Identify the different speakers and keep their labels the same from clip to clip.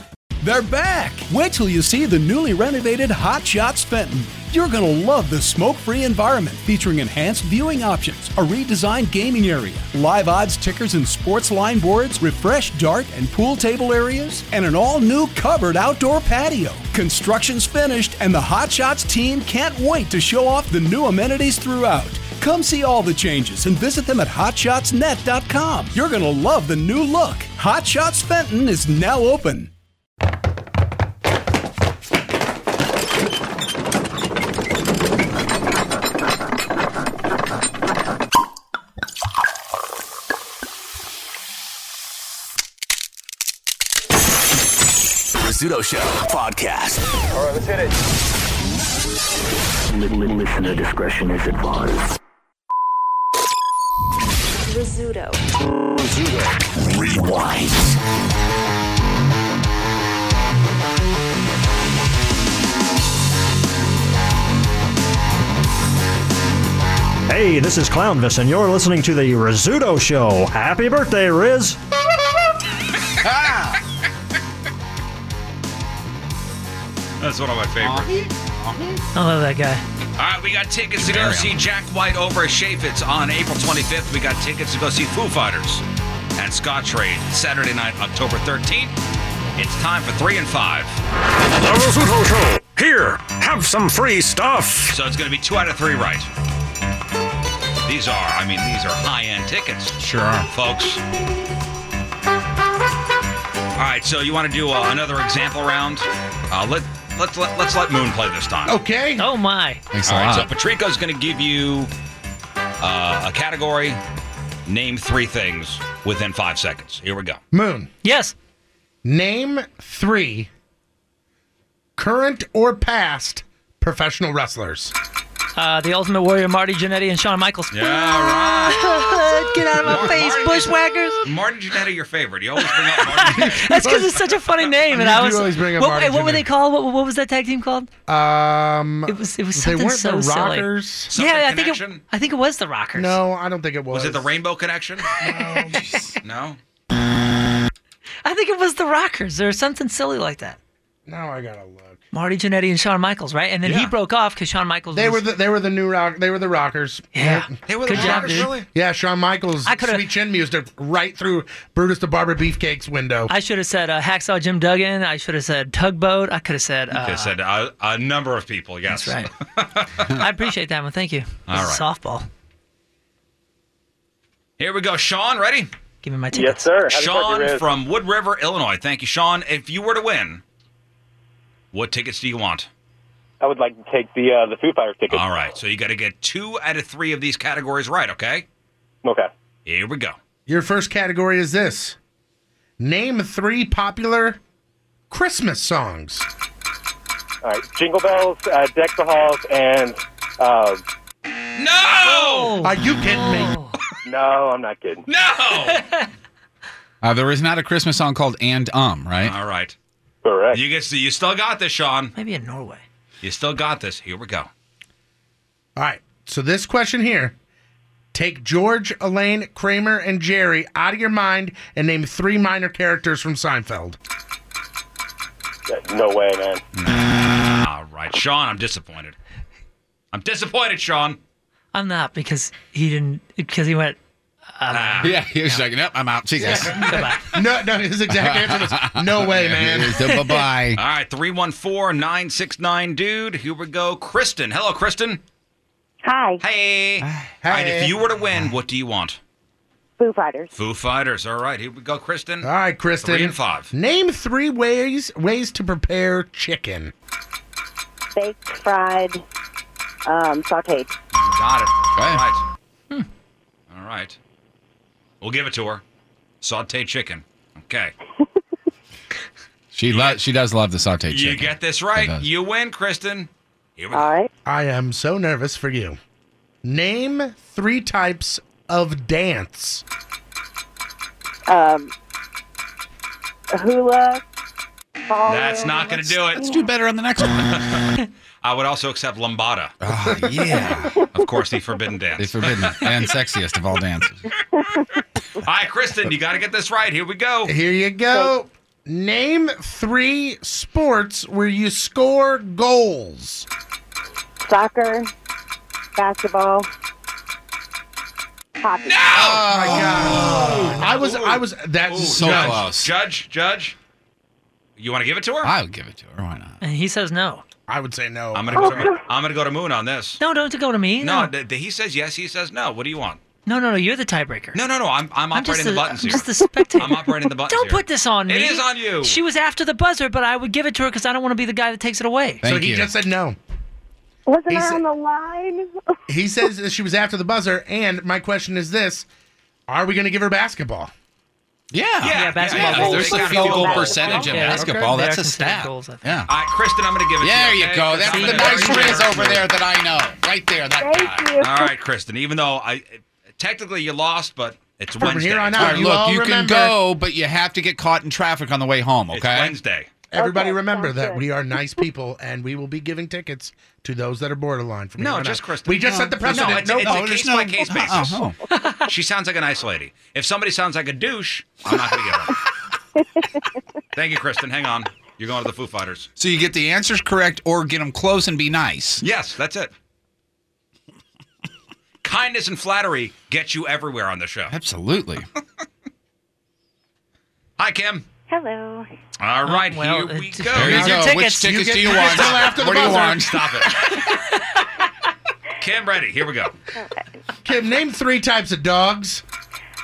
Speaker 1: They're back! Wait till you see the newly renovated Hot Shots Fenton. You're going to love the smoke free environment featuring enhanced viewing options, a redesigned gaming area, live odds tickers and sports line boards, refreshed dart and pool table areas, and an all new covered outdoor patio. Construction's finished, and the Hot Shots team can't wait to show off the new amenities throughout. Come see all the changes and visit them at hotshotsnet.com. You're going to love the new look. Hot Shots Fenton is now open.
Speaker 2: Rizzuto Show podcast.
Speaker 3: All right, let's hit it.
Speaker 2: Listener discretion is advised.
Speaker 4: Rizzuto.
Speaker 2: Rewind.
Speaker 5: Hey, this is Clownvis, and you're listening to the Rizzuto Show. Happy birthday, Riz!
Speaker 6: That's one of my favorites.
Speaker 7: I love that guy.
Speaker 6: All right, we got tickets to go see Jack White over at Shafitz on April 25th. We got tickets to go see Foo Fighters at Scottrade Saturday night, October 13th. It's time for three and five.
Speaker 8: The Rizzuto Show. Here, have some free stuff.
Speaker 6: So it's going to be two out of three right. These are, I mean, these are high end tickets. Sure are. Folks. All right, so you want to do uh, another example round? Uh, let, let's, let, let's let Moon play this time.
Speaker 7: Okay. Oh my.
Speaker 6: All right, so Patrico's going to give you uh, a category. Name three things within five seconds. Here we go.
Speaker 9: Moon.
Speaker 7: Yes.
Speaker 9: Name three current or past professional wrestlers.
Speaker 7: Uh, the Ultimate Warrior, Marty Jannetty, and Shawn Michaels. Yeah, right. Get out of my face,
Speaker 6: Marty-
Speaker 7: bushwhackers.
Speaker 6: Martin Jannetty, your favorite. You always bring up Martin.
Speaker 7: That's because it's such a funny name, and
Speaker 9: You
Speaker 7: I
Speaker 9: do
Speaker 7: was.
Speaker 9: always bring up
Speaker 7: what,
Speaker 9: Marty
Speaker 7: wait, what were
Speaker 9: Jannetty.
Speaker 7: they called? What, what was that tag team called?
Speaker 9: Um,
Speaker 7: It was. It was
Speaker 9: they
Speaker 7: something
Speaker 9: weren't
Speaker 7: so
Speaker 9: the
Speaker 7: silly.
Speaker 9: Rockers.
Speaker 7: yeah, I think it.
Speaker 6: Connection?
Speaker 7: I think it was the Rockers.
Speaker 9: No, I don't think it was.
Speaker 6: Was it the Rainbow Connection? No.
Speaker 7: I think it was the Rockers or something silly like that.
Speaker 9: Now I gotta look.
Speaker 7: Marty Jannetty and Shawn Michaels, right? And then he
Speaker 9: Yeah.
Speaker 7: broke off because Shawn Michaels.
Speaker 9: They
Speaker 7: was,
Speaker 9: were the they were the new rock. They were the Rockers.
Speaker 7: Yeah.
Speaker 6: They were the
Speaker 7: Good job,
Speaker 6: Rockers,
Speaker 7: dude.
Speaker 6: really?
Speaker 9: Yeah, Shawn Michaels'
Speaker 7: I coulda-
Speaker 9: sweet chin music right through Brutus the Barber Beefcake's window.
Speaker 7: I should have said uh, Hacksaw Jim Duggan. I should have said Tugboat. I could have said. Uh,
Speaker 6: They said a, a number of people, yes.
Speaker 7: That's right. I appreciate that one. Thank you.
Speaker 6: All
Speaker 7: This is
Speaker 6: right.
Speaker 7: Softball.
Speaker 6: Here we go. Sean, ready?
Speaker 7: Give me my ticket.
Speaker 3: Yes, sir. Happy birthday,
Speaker 6: Sean
Speaker 3: Riz.
Speaker 6: from Wood River, Illinois. Thank you, Sean. If you were to win, what tickets do you want?
Speaker 3: I would like to take the uh, the Foo Fighters ticket.
Speaker 6: All right, so you got to get two out of three of these categories right, okay?
Speaker 3: Okay.
Speaker 6: Here we go.
Speaker 9: Your first category is this: name three popular Christmas songs.
Speaker 3: All right. Jingle bells, uh, deck the halls, and uh,
Speaker 6: No!
Speaker 9: Are you kidding me?
Speaker 7: Oh.
Speaker 3: no, I'm not kidding.
Speaker 6: No!
Speaker 10: Uh, there is not a Christmas song called And Um, right?
Speaker 6: All right.
Speaker 3: Uh,
Speaker 11: Correct.
Speaker 6: You get you still got this, Sean.
Speaker 7: Maybe in Norway.
Speaker 6: You still got this. Here we go.
Speaker 9: All right. So this question here: Take George, Elaine, Kramer, and Jerry out of your mind, and name three minor characters from Seinfeld.
Speaker 11: No way, man.
Speaker 6: All right, Sean, I'm disappointed. I'm disappointed, Sean.
Speaker 7: I'm not because he didn't because he went. I'm
Speaker 6: Ah.
Speaker 7: out.
Speaker 10: Yeah, he was like, nope, I'm out. See you guys.
Speaker 9: no, no, his exact answer was no way, man.
Speaker 6: All right, 314 969 dude. Here we go. Kristen. Hello, Kristen.
Speaker 3: Hi.
Speaker 6: Hey. Hi. All right, if you were to win, what do you want?
Speaker 3: Foo Fighters.
Speaker 6: Foo Fighters. All right, here we go, Kristen.
Speaker 9: All right, Kristen.
Speaker 6: Three and five.
Speaker 9: Name three ways ways to prepare chicken.
Speaker 3: Baked, fried, um, sauteed.
Speaker 6: Got it. All right. Hmm. All right. We'll give it to her. Saute chicken. Okay.
Speaker 10: She lo- she does love the saute
Speaker 6: You
Speaker 10: chicken.
Speaker 6: get this
Speaker 10: It
Speaker 6: right.
Speaker 10: does.
Speaker 6: You win, Kristen. Here we go.
Speaker 9: All right. I am so nervous for you. Name three types of dance.
Speaker 3: Um, hula. Ball
Speaker 6: That's not going to do it.
Speaker 3: let's do
Speaker 10: better on the next one.
Speaker 6: I would also accept lambada.
Speaker 10: Oh, yeah.
Speaker 6: Of course, the forbidden dance.
Speaker 10: the forbidden and sexiest of all dances.
Speaker 6: All right, Kristen, you got to get this right. Here we go.
Speaker 9: Here you go. Name three sports where you score goals.
Speaker 3: Soccer, basketball, hockey.
Speaker 9: Oh my god! I was, I was. That's
Speaker 6: Ooh, judge, Judge, judge. You want to give it to her?
Speaker 10: I'll give it to her. Why not?
Speaker 7: And he says no.
Speaker 9: I would say no.
Speaker 6: I'm gonna
Speaker 3: Oh,
Speaker 6: go. To, I'm gonna go to Moon on this.
Speaker 7: No, don't go to me.
Speaker 6: No,
Speaker 7: No,
Speaker 6: th- th- he says yes. He says no. What do you want?
Speaker 7: no, no, no. You're the tiebreaker.
Speaker 6: No, no, no. I'm I'm
Speaker 7: I'm just
Speaker 6: operating the
Speaker 7: a-
Speaker 6: buttons
Speaker 7: I'm
Speaker 6: here.
Speaker 7: just a spectator.
Speaker 6: I'm operating the buttons.
Speaker 7: Don't
Speaker 6: here.
Speaker 7: put this on me.
Speaker 6: It is on you.
Speaker 7: She was after the buzzer, but I would give it to her because I don't want to be the guy that takes it away.
Speaker 9: so he just said no.
Speaker 3: Wasn't
Speaker 9: He
Speaker 3: I
Speaker 9: said-
Speaker 3: on the line?
Speaker 9: He says that she was after the buzzer, and my question is this: Are we going to give her basketball?
Speaker 10: Yeah.
Speaker 6: Yeah,
Speaker 7: basketball
Speaker 6: yeah.
Speaker 7: goals.
Speaker 10: There's a
Speaker 6: They
Speaker 10: field
Speaker 6: count
Speaker 10: goal
Speaker 6: goals.
Speaker 10: percentage in
Speaker 6: Yeah, that's
Speaker 10: basketball.
Speaker 6: good.
Speaker 10: That's
Speaker 6: They
Speaker 10: a
Speaker 6: are considered
Speaker 10: stat.
Speaker 7: goals, I think.
Speaker 10: yeah.
Speaker 6: All right, Kristen, I'm gonna give it
Speaker 10: There
Speaker 6: to you.
Speaker 10: you go. That's the nice whiz over there that I know. Right there. That guy.
Speaker 6: All right, Kristen. Even though I technically you lost, but it's
Speaker 10: From
Speaker 6: Wednesday.
Speaker 10: here on out, All right, you look, all you can remember- go, Oh, but you have to get caught in traffic on the way home.
Speaker 6: It's
Speaker 10: okay?
Speaker 6: Wednesday.
Speaker 9: Everybody,
Speaker 6: Okay,
Speaker 9: remember
Speaker 6: sounds
Speaker 9: that
Speaker 6: good.
Speaker 9: we are nice people, and we will be giving tickets to those that are borderline. From here
Speaker 6: No,
Speaker 9: on
Speaker 6: just
Speaker 9: out.
Speaker 6: Kristen.
Speaker 9: We just set the
Speaker 6: No,
Speaker 9: precedent.
Speaker 6: it's,
Speaker 9: No,
Speaker 6: it's
Speaker 9: no,
Speaker 6: a
Speaker 9: there's
Speaker 6: case
Speaker 9: no- uh-huh, oh.
Speaker 6: by case basis. She sounds like a nice lady. If somebody sounds like a douche, I'm not going to get her. Thank you, Kristen. Hang on. You're going to the Foo Fighters.
Speaker 10: So you get the answers correct or get them close and be nice.
Speaker 6: Yes, that's it. Kindness and flattery get you everywhere on the show.
Speaker 10: Absolutely.
Speaker 6: Hi, Kim.
Speaker 3: Hello.
Speaker 6: All right,
Speaker 7: Oh, well,
Speaker 6: here we
Speaker 7: it-
Speaker 6: go.
Speaker 7: There you Here's your go. Which tickets. tickets do you want? What do you want?
Speaker 6: Stop it. Kim, ready. Here we go.
Speaker 9: Kim, name three types of dogs.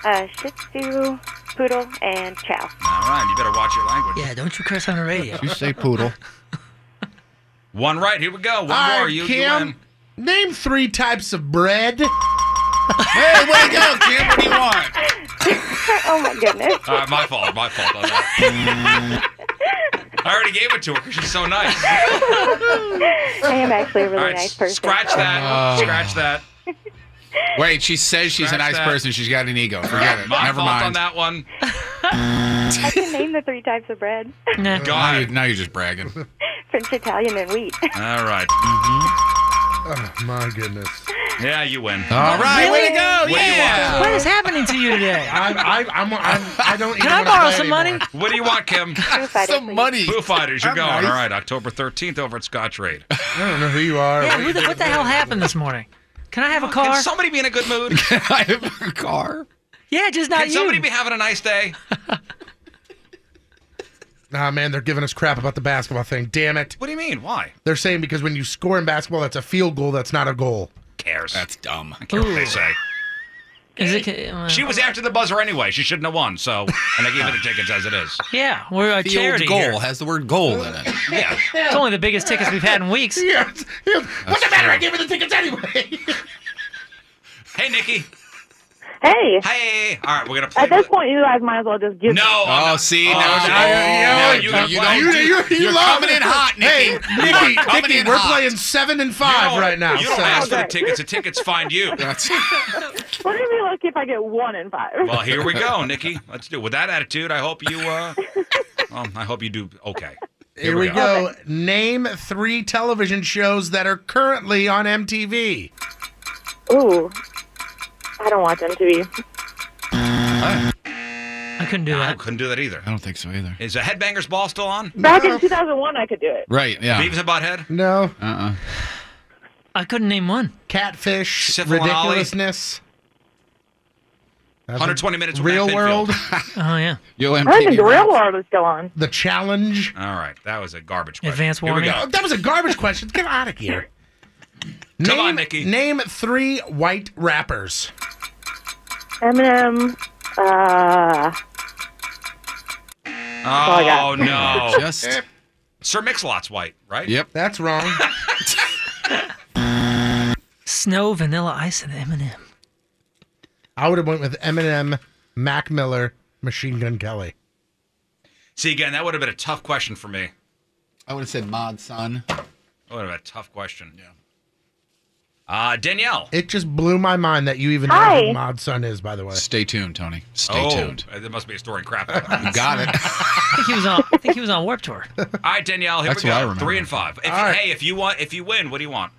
Speaker 3: Uh, Shih Tzu, Poodle, and Chow.
Speaker 6: All right, you better watch your language.
Speaker 7: Yeah, don't you curse on the radio.
Speaker 10: You say poodle.
Speaker 6: One right. Here we go. One
Speaker 9: All
Speaker 6: more.
Speaker 9: right,
Speaker 6: You, you win.
Speaker 9: Kim, name three types of bread.
Speaker 10: hey, way to go, Kim. What do you want?
Speaker 3: oh my goodness.
Speaker 6: All right, my fault. My fault. on Um, that. I already gave it to her because she's so nice.
Speaker 3: I am actually a really
Speaker 6: All right,
Speaker 3: nice person.
Speaker 6: scratch that.
Speaker 10: Oh.
Speaker 6: Scratch that.
Speaker 10: Wait, she says she's a
Speaker 6: Scratch
Speaker 10: nice
Speaker 6: that.
Speaker 10: person. She's got an ego. Forget it.
Speaker 6: My
Speaker 10: Never
Speaker 6: fault on
Speaker 10: mind.
Speaker 6: that one.
Speaker 3: I can name the three types of bread:
Speaker 10: Now, you're, now you're just bragging.
Speaker 3: French, Italian, and wheat.
Speaker 6: All right.
Speaker 7: Mm-hmm.
Speaker 9: Oh my goodness.
Speaker 6: Yeah, you win.
Speaker 7: Oh,
Speaker 10: All right, way to go.
Speaker 6: What do you
Speaker 10: yeah.
Speaker 7: What is happening to you today?
Speaker 9: I'm, I'm, I'm, I'm, I don't.
Speaker 7: Can
Speaker 9: even
Speaker 7: I
Speaker 9: wanna
Speaker 7: borrow
Speaker 9: play
Speaker 7: some money?
Speaker 9: anymore.
Speaker 6: What do you want, Kim?
Speaker 10: Some money.
Speaker 6: Foo Fighters, you're
Speaker 10: I'm
Speaker 6: going.
Speaker 10: nice.
Speaker 6: All right, October 13th over at Scotch Raid.
Speaker 9: I don't know who you are.
Speaker 7: Yeah, who the, what the hell happened this morning? Can I have a car?
Speaker 6: Can somebody be in a good mood?
Speaker 10: I have a car.
Speaker 7: yeah, just not
Speaker 6: Can
Speaker 7: you.
Speaker 6: somebody be having a nice day?
Speaker 9: Nah, man, they're giving us crap about the basketball thing. Damn it.
Speaker 6: What do you mean? Why?
Speaker 9: They're saying because when you score in basketball, that's a field goal. That's not a goal.
Speaker 6: Cares.
Speaker 10: That's dumb.
Speaker 6: I care what they
Speaker 7: Ooh.
Speaker 6: say.
Speaker 7: Is it, uh,
Speaker 6: She was after the buzzer anyway. She shouldn't have won. So, and I gave her the tickets as it is.
Speaker 7: yeah, we're a
Speaker 10: Field
Speaker 7: charity
Speaker 10: goal
Speaker 7: here.
Speaker 10: has the word goal in it.
Speaker 6: Yeah.
Speaker 7: It's only the biggest tickets we've had in weeks.
Speaker 9: Yeah. yeah. What's the matter? I
Speaker 10: true.
Speaker 9: gave her the tickets anyway.
Speaker 6: Hey, Nikki.
Speaker 3: Hey.
Speaker 6: Hey. All right, we're gonna play.
Speaker 3: At this
Speaker 6: with-
Speaker 3: point, you guys might as well just give.
Speaker 6: no. I'm
Speaker 10: Oh,
Speaker 6: not-
Speaker 10: see,
Speaker 6: Oh,
Speaker 10: now,
Speaker 6: no,
Speaker 10: now
Speaker 6: no,
Speaker 10: you,
Speaker 6: you don't
Speaker 10: you
Speaker 6: play.
Speaker 10: don't
Speaker 9: You-
Speaker 10: do-
Speaker 9: you- you
Speaker 10: you're
Speaker 9: love
Speaker 10: coming
Speaker 9: it.
Speaker 10: in hot, Nikki.
Speaker 9: Hey, Nikki,
Speaker 10: You're coming
Speaker 9: Nikki,
Speaker 10: in
Speaker 9: we're
Speaker 10: hot.
Speaker 9: playing seven and five
Speaker 6: don't-
Speaker 9: right now.
Speaker 6: You don't
Speaker 9: so-
Speaker 6: ask for the
Speaker 3: Okay.
Speaker 6: tickets. The tickets find you.
Speaker 10: That's-
Speaker 3: What do you look if I get one in five?
Speaker 6: Well, here we go, Nikki. Let's do it. With that attitude, I hope you. uh well, I hope you do okay.
Speaker 9: Here we go. Name three television shows that are currently on MTV.
Speaker 3: Ooh, I don't watch MTV.
Speaker 6: I couldn't do that. I couldn't do that either. I don't think so either. Is a headbanger's ball still on?
Speaker 3: Back in 2001, I could do it.
Speaker 12: Right,
Speaker 6: yeah. Beavis and Butthead?
Speaker 9: No.
Speaker 12: Uh-uh.
Speaker 7: I couldn't name one.
Speaker 9: Catfish.
Speaker 6: Ridiculousness. 120 minutes. with Matt Pinfield.
Speaker 7: oh yeah.
Speaker 12: Yo,
Speaker 3: I don't think the real world is still on.
Speaker 9: The challenge.
Speaker 6: All right, that was a garbage question.
Speaker 9: Advanced
Speaker 6: Here we
Speaker 9: Oh,
Speaker 6: go.
Speaker 9: that was a garbage question. Get out of here. Come name, on, Nikki. Name three white rappers.
Speaker 3: Eminem. Uh,
Speaker 9: I got.
Speaker 6: Oh, no.
Speaker 9: Just-
Speaker 6: Sir Mix-a-Lot's white, right?
Speaker 12: Yep.
Speaker 9: That's wrong.
Speaker 7: Snow, Vanilla Ice, and Eminem.
Speaker 9: I would have went with Eminem, Mac Miller, Machine Gun Kelly.
Speaker 6: See, again, that would have been a tough question for me.
Speaker 10: I would have said Mod Son.
Speaker 6: That would have been a tough question. Yeah. Uh, Danielle.
Speaker 9: It just blew my mind that you even
Speaker 6: Hi.
Speaker 9: know who Mod Sun is, by the way.
Speaker 12: Stay tuned, Tony.
Speaker 6: oh, uh, There must be a story crap. you
Speaker 12: got it.
Speaker 7: I think he was on. I think he was on Warp Tour.
Speaker 6: All right, Danielle. Here
Speaker 7: That's
Speaker 6: we
Speaker 7: what I
Speaker 6: go.
Speaker 7: remember.
Speaker 6: Three and five. If, Hey, if you want, if you win, what do you want?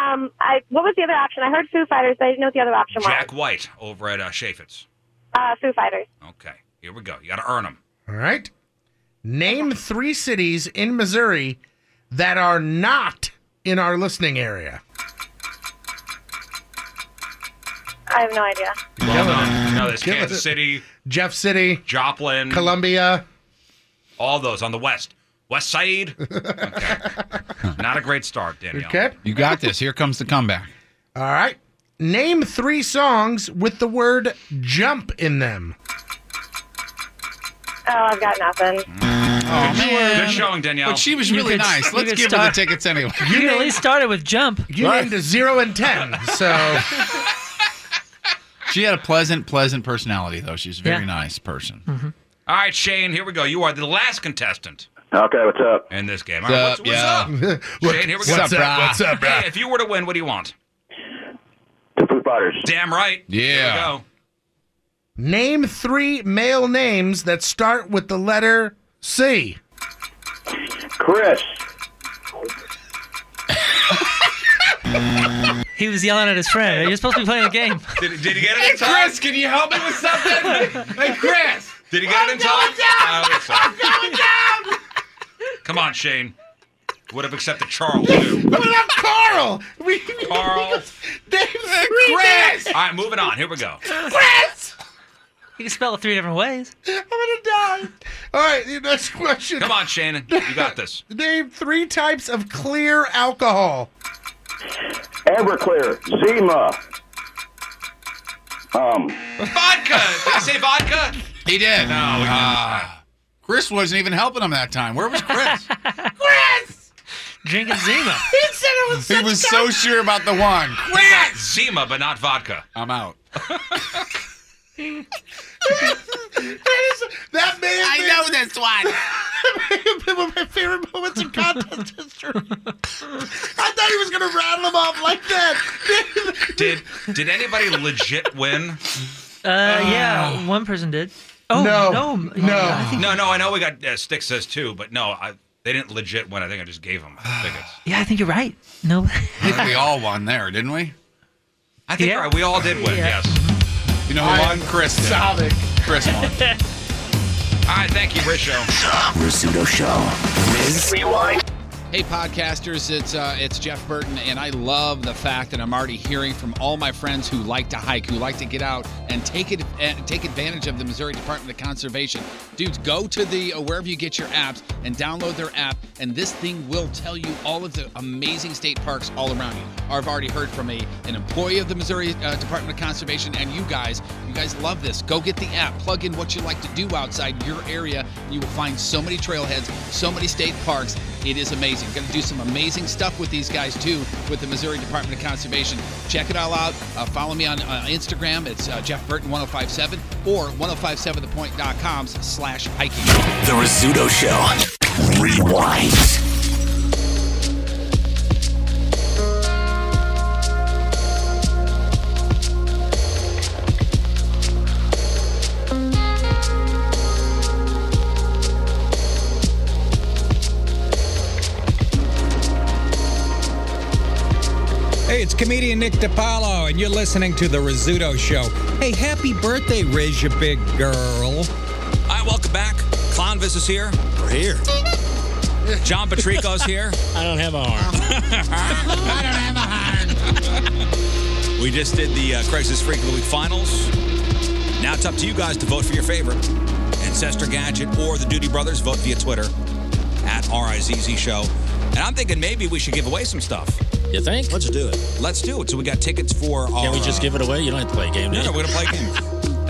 Speaker 3: um, I what was the other option? I heard Foo Fighters, but I didn't know what the other option
Speaker 6: Jack White over at uh, Shafitz.
Speaker 3: was. Uh, Foo Fighters.
Speaker 6: Okay, here we go. You got to earn them.
Speaker 9: All right. Name three cities in Missouri that are not in our listening area.
Speaker 3: I have no idea.
Speaker 6: Well done. No, there's
Speaker 9: Give
Speaker 6: Kansas
Speaker 9: it.
Speaker 6: City,
Speaker 9: Jeff City,
Speaker 6: Joplin,
Speaker 9: Columbia.
Speaker 6: all those on the west, west side. Okay. Not a great start, Danielle.
Speaker 9: Okay.
Speaker 10: You got this. Here comes the comeback.
Speaker 9: All right. Name three songs with the word jump in them.
Speaker 3: Oh, I've got nothing.
Speaker 6: good, good showing, Danielle.
Speaker 10: Oh, But she was really nice. Let's give her the tickets anyway.
Speaker 7: You, at least started with Jump.
Speaker 9: You named a zero and ten, so
Speaker 10: She had a pleasant, pleasant personality, though. She's a very nice person.
Speaker 7: Mm-hmm.
Speaker 6: All right, Shane. Here we go. You are the last contestant.
Speaker 2: Okay, what's up?
Speaker 6: In this game. All
Speaker 2: What's
Speaker 6: right,
Speaker 2: up,
Speaker 6: what's, what's
Speaker 2: yeah.
Speaker 6: up? Shane, here we go.
Speaker 2: What's up, brah? What's up, brah?
Speaker 6: Hey, if you were to win, what do you want?
Speaker 2: The Foo Fighters.
Speaker 6: Damn right. Here we
Speaker 2: Yeah.
Speaker 6: go.
Speaker 9: name three male names that start with the letter C.
Speaker 2: Chris.
Speaker 7: He was yelling at his friend. You're supposed to be playing a game.
Speaker 6: Did, did he get it in time? Chris,
Speaker 10: can you help me with something?
Speaker 6: hey, Chris. Did he get it in time? I don't think so. Come on, Shane. Would have accepted Charles too.
Speaker 9: But I'm Carl. We,
Speaker 6: Carl.
Speaker 9: Chris.
Speaker 6: All right, moving on. Here we go.
Speaker 9: Chris.
Speaker 7: You can spell it three different ways.
Speaker 9: I'm gonna die. All right, the next question.
Speaker 6: Come on, Shannon. You got this.
Speaker 9: Name three types of clear alcohol.
Speaker 2: Everclear. Zima. Um.
Speaker 6: Vodka. Did I say vodka?
Speaker 10: He did. No.
Speaker 6: Ah.
Speaker 10: Chris wasn't even helping him that time. Where was Chris?
Speaker 7: Drinking Zima.
Speaker 9: he said it was.
Speaker 10: he was so sure about the one.
Speaker 6: He got Zima, but not vodka.
Speaker 10: I'm out.
Speaker 9: That is that may have
Speaker 10: I
Speaker 9: been,
Speaker 10: know this one.
Speaker 9: That may have been one of my favorite moments in contest history. I thought he was gonna rattle him off like that.
Speaker 6: Did did anybody legit win?
Speaker 7: Uh, yeah, one person did. Oh
Speaker 9: No.
Speaker 7: no, I think,
Speaker 6: No, no, I know we got uh, Stick says two, but no, I, they didn't legit win. I think I just gave them tickets.
Speaker 7: yeah, I think you're right. No,
Speaker 10: I think we all won there, didn't we?
Speaker 6: I think right, we all did win, yes.
Speaker 10: You know who won? Chris. did. Chris won.
Speaker 6: All right, thank you, Risho.
Speaker 2: Rizzuto Show. Rewind.
Speaker 10: Hey, podcasters, it's uh, it's Jeff Burton, and I love the fact that I'm already hearing from all my friends who like to hike, who like to get out and take it and take advantage of the Missouri Department of Conservation. Dudes, go to the uh, wherever you get your apps and download their app, and this thing will tell you all of the amazing state parks all around you. I've already heard from a an employee of the Missouri uh, Department of Conservation, and you guys, you guys love this. Go get the app, plug in what you like to do outside your area. You will find so many trailheads, so many state parks. It is amazing. Going to do some amazing stuff with these guys too, with the Missouri Department of Conservation. Check it all out. Uh, follow me on uh, Instagram. It's uh, Jeff Burton 1057 or 1057thepoint.com slash hiking.
Speaker 2: The Rizzuto Show. Rewind.
Speaker 13: Hey, it's comedian Nick DiPaolo, and you're listening to The Rizzuto Show. Hey, happy birthday, Riz, you big girl.
Speaker 6: Hi, welcome back. Clownvis is here. We're here. John Patrico's here. I don't have a arm. We just did the uh, Craigslist Freak of the Week finals. Now it's up to you guys to vote for your favorite. Ancestor Gadget or the Duty Brothers. Vote via Twitter at RIZZ Show. And I'm thinking maybe we should give away some stuff. You think? Let's do it. Let's do it. So we got tickets for our.
Speaker 14: Can we just give it away? You don't have to play a game, do
Speaker 6: No,
Speaker 14: you?
Speaker 6: no, we're gonna play a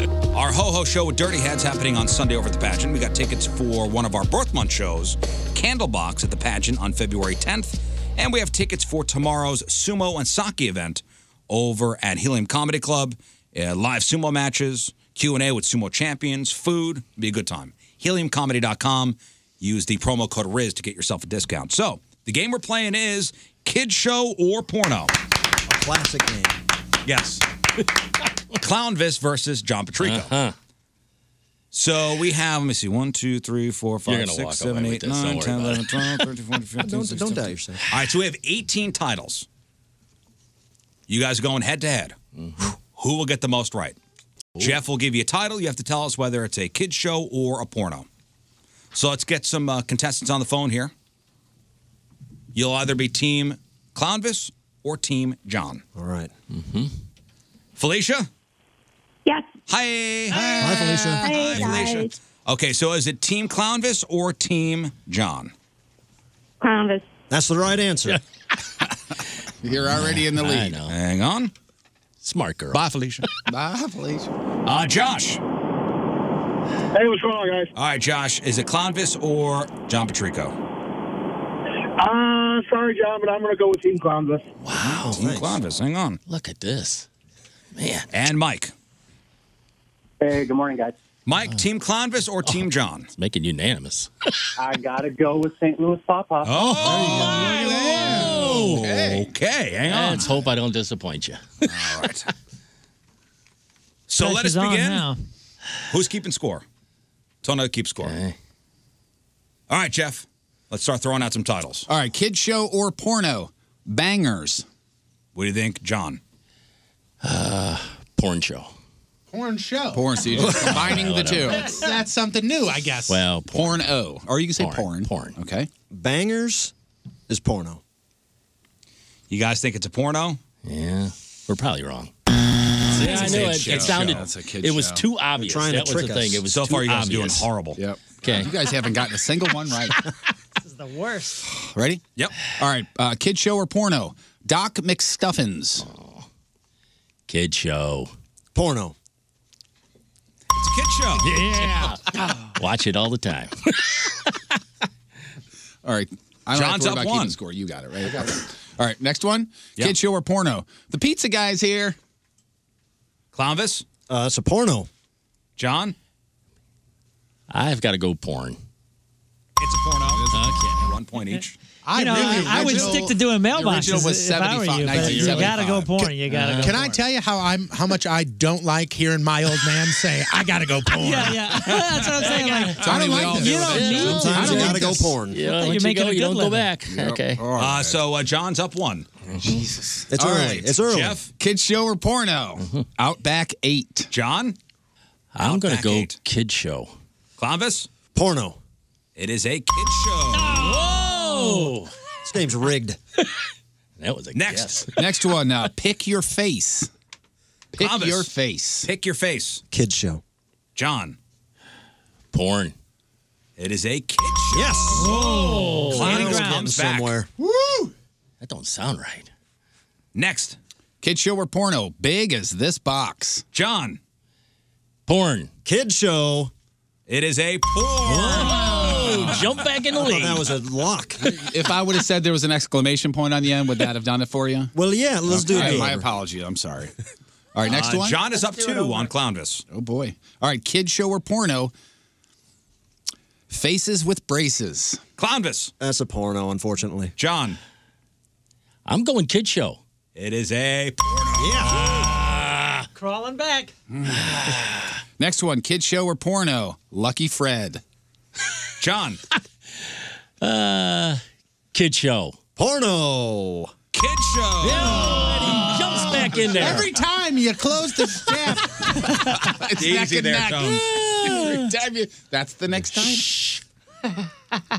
Speaker 6: game. Our Ho Ho Show with Dirty Heads happening on Sunday over at the pageant. We got tickets for one of our birth month shows, Candlebox, at the pageant on February 10th. And we have tickets for tomorrow's Sumo and Sake event over at Helium Comedy Club. Uh, live sumo matches, Q&A with sumo champions, food. Be a good time. HeliumComedy.com. Use the promo code RIZ to get yourself a discount. So, the game we're playing is Kid Show or Porno. A classic game. Yes. Clownvis versus John Patrico.
Speaker 14: Uh-huh.
Speaker 6: So we have, let me see, 1, 2, 3, 4,
Speaker 14: You're
Speaker 6: 5,
Speaker 14: gonna
Speaker 6: 6,
Speaker 14: walk
Speaker 6: 7,
Speaker 14: away with
Speaker 6: 8,
Speaker 14: this. Don't
Speaker 6: 9,
Speaker 14: worry
Speaker 6: 10,
Speaker 14: about
Speaker 6: 11,
Speaker 14: it.
Speaker 6: 12, 13, 14, 15,
Speaker 14: Don't-
Speaker 6: 16,
Speaker 14: don't doubt
Speaker 6: 17.
Speaker 14: yourself.
Speaker 6: All right, so we have 18 titles. You guys are going head to head. Who will get the most right? Jeff will give you a title. You have to tell us whether it's a kid's show or a porno. So let's get some uh, contestants on the phone here. You'll either be Team Clownvis or Team John. All right. Mm-hmm. Felicia?
Speaker 3: Yes.
Speaker 6: Hi. Hi,
Speaker 3: Felicia.
Speaker 6: Hi, Felicia. Okay, so is it Team Clownvis or Team John?
Speaker 3: Clownvis.
Speaker 6: That's the right answer.
Speaker 10: You're already in the lead.
Speaker 6: Hang on. Smart girl. Bye, Felicia.
Speaker 10: Bye, Felicia.
Speaker 6: Uh, Josh. Hey, what's going on, guys? All right, Josh. Is it Clownvis or John Patrico?
Speaker 15: Uh, sorry, John, but I'm going to go with Team Clownvis.
Speaker 6: Wow. Team Clownvis. Hang on. Look at this. Man. And Mike.
Speaker 15: Hey, good morning, guys.
Speaker 6: Mike, Team Clownvis or
Speaker 14: Oh,
Speaker 6: Team John? It's making unanimous.
Speaker 15: I got to go with St. Louis Papa.
Speaker 6: Oh,
Speaker 14: Oh, okay.
Speaker 6: hang on.
Speaker 14: Let's hope I don't disappoint you.
Speaker 6: All right. So let us
Speaker 16: Pressure's on
Speaker 6: begin.
Speaker 16: now.
Speaker 6: Who's keeping score? Tono keeps score. All right, Jeff. Let's start throwing out some titles.
Speaker 10: All right, kid show or porno? Bangers.
Speaker 6: What do you think, John?
Speaker 10: Uh, porn show.
Speaker 17: Porn show.
Speaker 10: Porn, so you're just combining the two.
Speaker 18: That's, that's something new, I guess.
Speaker 10: Well, porn. O. Or you can say porn. Porn. Okay.
Speaker 6: Bangers is porno. You guys think it's a porno? Yeah. We're probably wrong.
Speaker 14: Yeah, I knew it. It sounded. it was too obvious. that was the thing. It was
Speaker 6: so
Speaker 14: too
Speaker 6: far. You guys are
Speaker 14: obvious.
Speaker 6: doing horrible. Yep.
Speaker 14: Okay.
Speaker 10: You guys haven't gotten a single one right.
Speaker 16: The worst.
Speaker 10: Ready?
Speaker 6: Yep.
Speaker 10: All right. Uh, kid show or porno? Doc McStuffins.
Speaker 14: Kid show. Porno.
Speaker 6: Kid show.
Speaker 14: Yeah. Watch it all the time.
Speaker 10: All right. I don't have
Speaker 14: John's
Speaker 10: to worry
Speaker 14: up
Speaker 10: about
Speaker 14: one.
Speaker 10: keeping score. You got it right. All right. Next one. Kid show or porno? The pizza guy's here.
Speaker 6: Clownvis.
Speaker 14: Uh, it's a porno.
Speaker 6: John.
Speaker 14: I've got to go porn.
Speaker 6: It's a porno. Okay. One point each.
Speaker 16: I You know, really- I- I would stick to doing mailboxes if I were you, but you gotta go porn, you gotta go
Speaker 18: Can I
Speaker 16: porn.
Speaker 18: tell you how I'm how much I don't like hearing my old man say I gotta go porn?
Speaker 16: Yeah, yeah. That's what I'm saying. Like,
Speaker 18: Tony, we all do
Speaker 16: you
Speaker 18: it.
Speaker 16: don't
Speaker 18: Yeah,
Speaker 16: need to.
Speaker 18: sometimes
Speaker 16: I don't
Speaker 18: you
Speaker 16: like
Speaker 18: gotta go
Speaker 16: this.
Speaker 18: porn.
Speaker 16: I
Speaker 18: Yeah,
Speaker 16: thought
Speaker 18: once
Speaker 16: You're
Speaker 18: you
Speaker 16: making
Speaker 18: go,
Speaker 16: a
Speaker 14: you
Speaker 16: good
Speaker 14: don't go
Speaker 16: living.
Speaker 14: back. Okay.
Speaker 6: Uh, so uh, John's up one. Jesus.
Speaker 10: It's early. It's early.
Speaker 6: Jeff. Mm-hmm.
Speaker 10: Kid show or porno? Outback eight.
Speaker 6: John.
Speaker 14: I'm going to go kid show.
Speaker 6: Clownvis.
Speaker 14: Porno.
Speaker 6: It is a kid show.
Speaker 14: Whoa.
Speaker 10: This name's rigged.
Speaker 14: that was a
Speaker 6: next.
Speaker 10: Next one. Uh, pick your face. Pick
Speaker 6: Clownvis.
Speaker 10: your face.
Speaker 6: Pick your face.
Speaker 10: Kid show.
Speaker 6: John.
Speaker 14: Porn.
Speaker 6: It is a kid show. Yes.
Speaker 14: Whoa.
Speaker 6: Clownvis comes back.
Speaker 10: Woo!
Speaker 14: That don't sound right.
Speaker 6: Next.
Speaker 10: Kid show or porno? Big as this box.
Speaker 6: John.
Speaker 14: Porn.
Speaker 10: Kid show.
Speaker 6: It is a porn.
Speaker 14: Whoa. Jump back in the lead.
Speaker 10: that was a lock. if I would have said there was an exclamation point on the end, would that have done it for you? Well, yeah,
Speaker 18: let's do it
Speaker 10: My
Speaker 18: over.
Speaker 10: apology. I'm sorry. All right, next
Speaker 6: Uh,
Speaker 10: one.
Speaker 6: John is up two on Clownvis.
Speaker 10: Oh boy. All right, kid show or porno? Faces with braces.
Speaker 6: Clownvis.
Speaker 10: That's a porno, unfortunately.
Speaker 6: John.
Speaker 14: I'm going kid show.
Speaker 6: It is a porno.
Speaker 16: Crawling back.
Speaker 10: Next one, kid show or porno? Lucky Fred.
Speaker 6: John.
Speaker 14: uh, kid show. Porno.
Speaker 6: Kid show.
Speaker 14: back in there.
Speaker 18: Every time you close the shaft,
Speaker 10: It's
Speaker 18: Easy
Speaker 10: neck and
Speaker 18: there,
Speaker 10: neck.
Speaker 18: Tones.
Speaker 10: Every time you- That's the next time.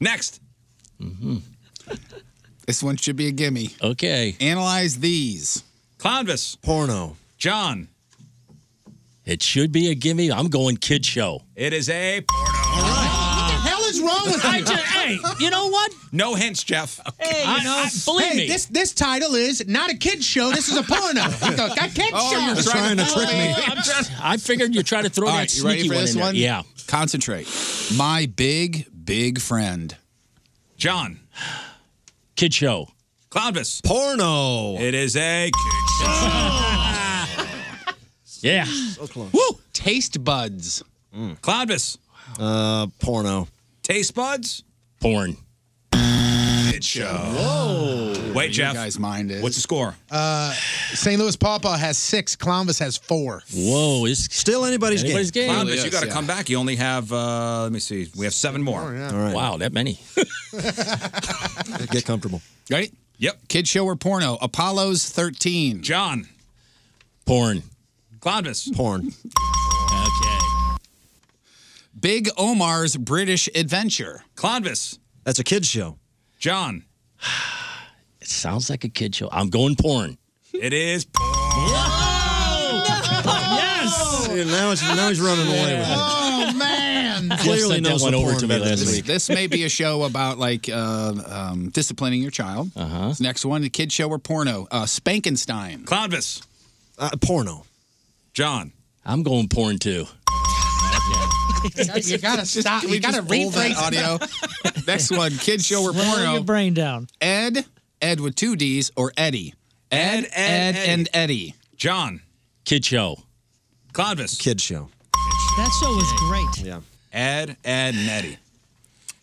Speaker 6: Next.
Speaker 10: Mm-hmm. This one should be a gimme.
Speaker 14: Okay.
Speaker 10: Analyze these.
Speaker 6: Clownvis.
Speaker 14: Porno.
Speaker 6: John.
Speaker 14: It should be a gimme. I'm going kid show.
Speaker 6: It is a.
Speaker 18: what the hell is wrong with
Speaker 14: I
Speaker 18: you?
Speaker 14: just- hey, you know what?
Speaker 6: No hints, Jeff.
Speaker 18: Hey,
Speaker 14: I- I- believe me.
Speaker 18: This this title is not a kids show. This is a porno. a kids
Speaker 10: Oh,
Speaker 18: show.
Speaker 10: you're They're trying to trying to trick me.
Speaker 14: I'm just- I figured you'd try to throw
Speaker 10: All
Speaker 14: that
Speaker 10: right, you ready
Speaker 14: sneaky
Speaker 10: for
Speaker 14: one
Speaker 10: this
Speaker 14: in there.
Speaker 10: one?
Speaker 14: Yeah.
Speaker 10: Concentrate. My big, big friend.
Speaker 6: John.
Speaker 14: Kid show.
Speaker 6: Clownvis.
Speaker 14: Porno.
Speaker 6: It is a.
Speaker 14: Yeah.
Speaker 6: So close. Woo! Taste buds. Cloudvis.
Speaker 5: Uh, porno.
Speaker 6: Mm. Taste buds.
Speaker 14: Porn.
Speaker 6: It show. Whoa. Wait, Jeff.
Speaker 10: guys' mind is.
Speaker 6: What's the score?
Speaker 18: Uh, St. Louis Pawpaw has six. Clownvis has four.
Speaker 14: Whoa, is
Speaker 18: still anybody's,
Speaker 6: Clownvis, you got to come back. You only have. Uh, let me see. We have seven more.
Speaker 10: Oh,
Speaker 18: yeah.
Speaker 6: All
Speaker 14: right. Wow, that many.
Speaker 6: Get comfortable.
Speaker 10: Ready?
Speaker 6: Yep.
Speaker 10: Kid show or porno? Apollo's 13.
Speaker 6: John.
Speaker 14: Porn.
Speaker 6: Cloudvis.
Speaker 5: Porn.
Speaker 14: Okay.
Speaker 10: Big Omar's British Adventure.
Speaker 6: Cloudvis.
Speaker 5: That's a kids show.
Speaker 6: John.
Speaker 14: It sounds like a kid show. I'm going porn.
Speaker 6: It is.
Speaker 14: yes.
Speaker 5: now, he's, now he's running away with it.
Speaker 18: Oh man!
Speaker 5: Clearly knows the porn better than
Speaker 10: this,
Speaker 5: me.
Speaker 10: This may be a show about like uh, um, disciplining your child. Uh-huh. Next one, the kid show or porno? Uh, Spankenstein.
Speaker 6: Cloudvis.
Speaker 5: Uh, porno.
Speaker 6: John.
Speaker 14: I'm going porn too.
Speaker 18: you gotta stop.
Speaker 10: Can
Speaker 18: You
Speaker 10: we
Speaker 18: gotta
Speaker 10: just roll that
Speaker 18: rephrase
Speaker 10: audio. Next one, kid show or
Speaker 16: Slow
Speaker 10: porno?
Speaker 16: your brain down.
Speaker 10: Ed, Ed with two D's, or Eddie? Ed, Ed, and Eddie.
Speaker 6: John.
Speaker 14: Kid show.
Speaker 6: Cloudvis.
Speaker 5: Kid show.
Speaker 16: That show was great.
Speaker 5: Yeah.
Speaker 6: Ed, Ed, and Eddie.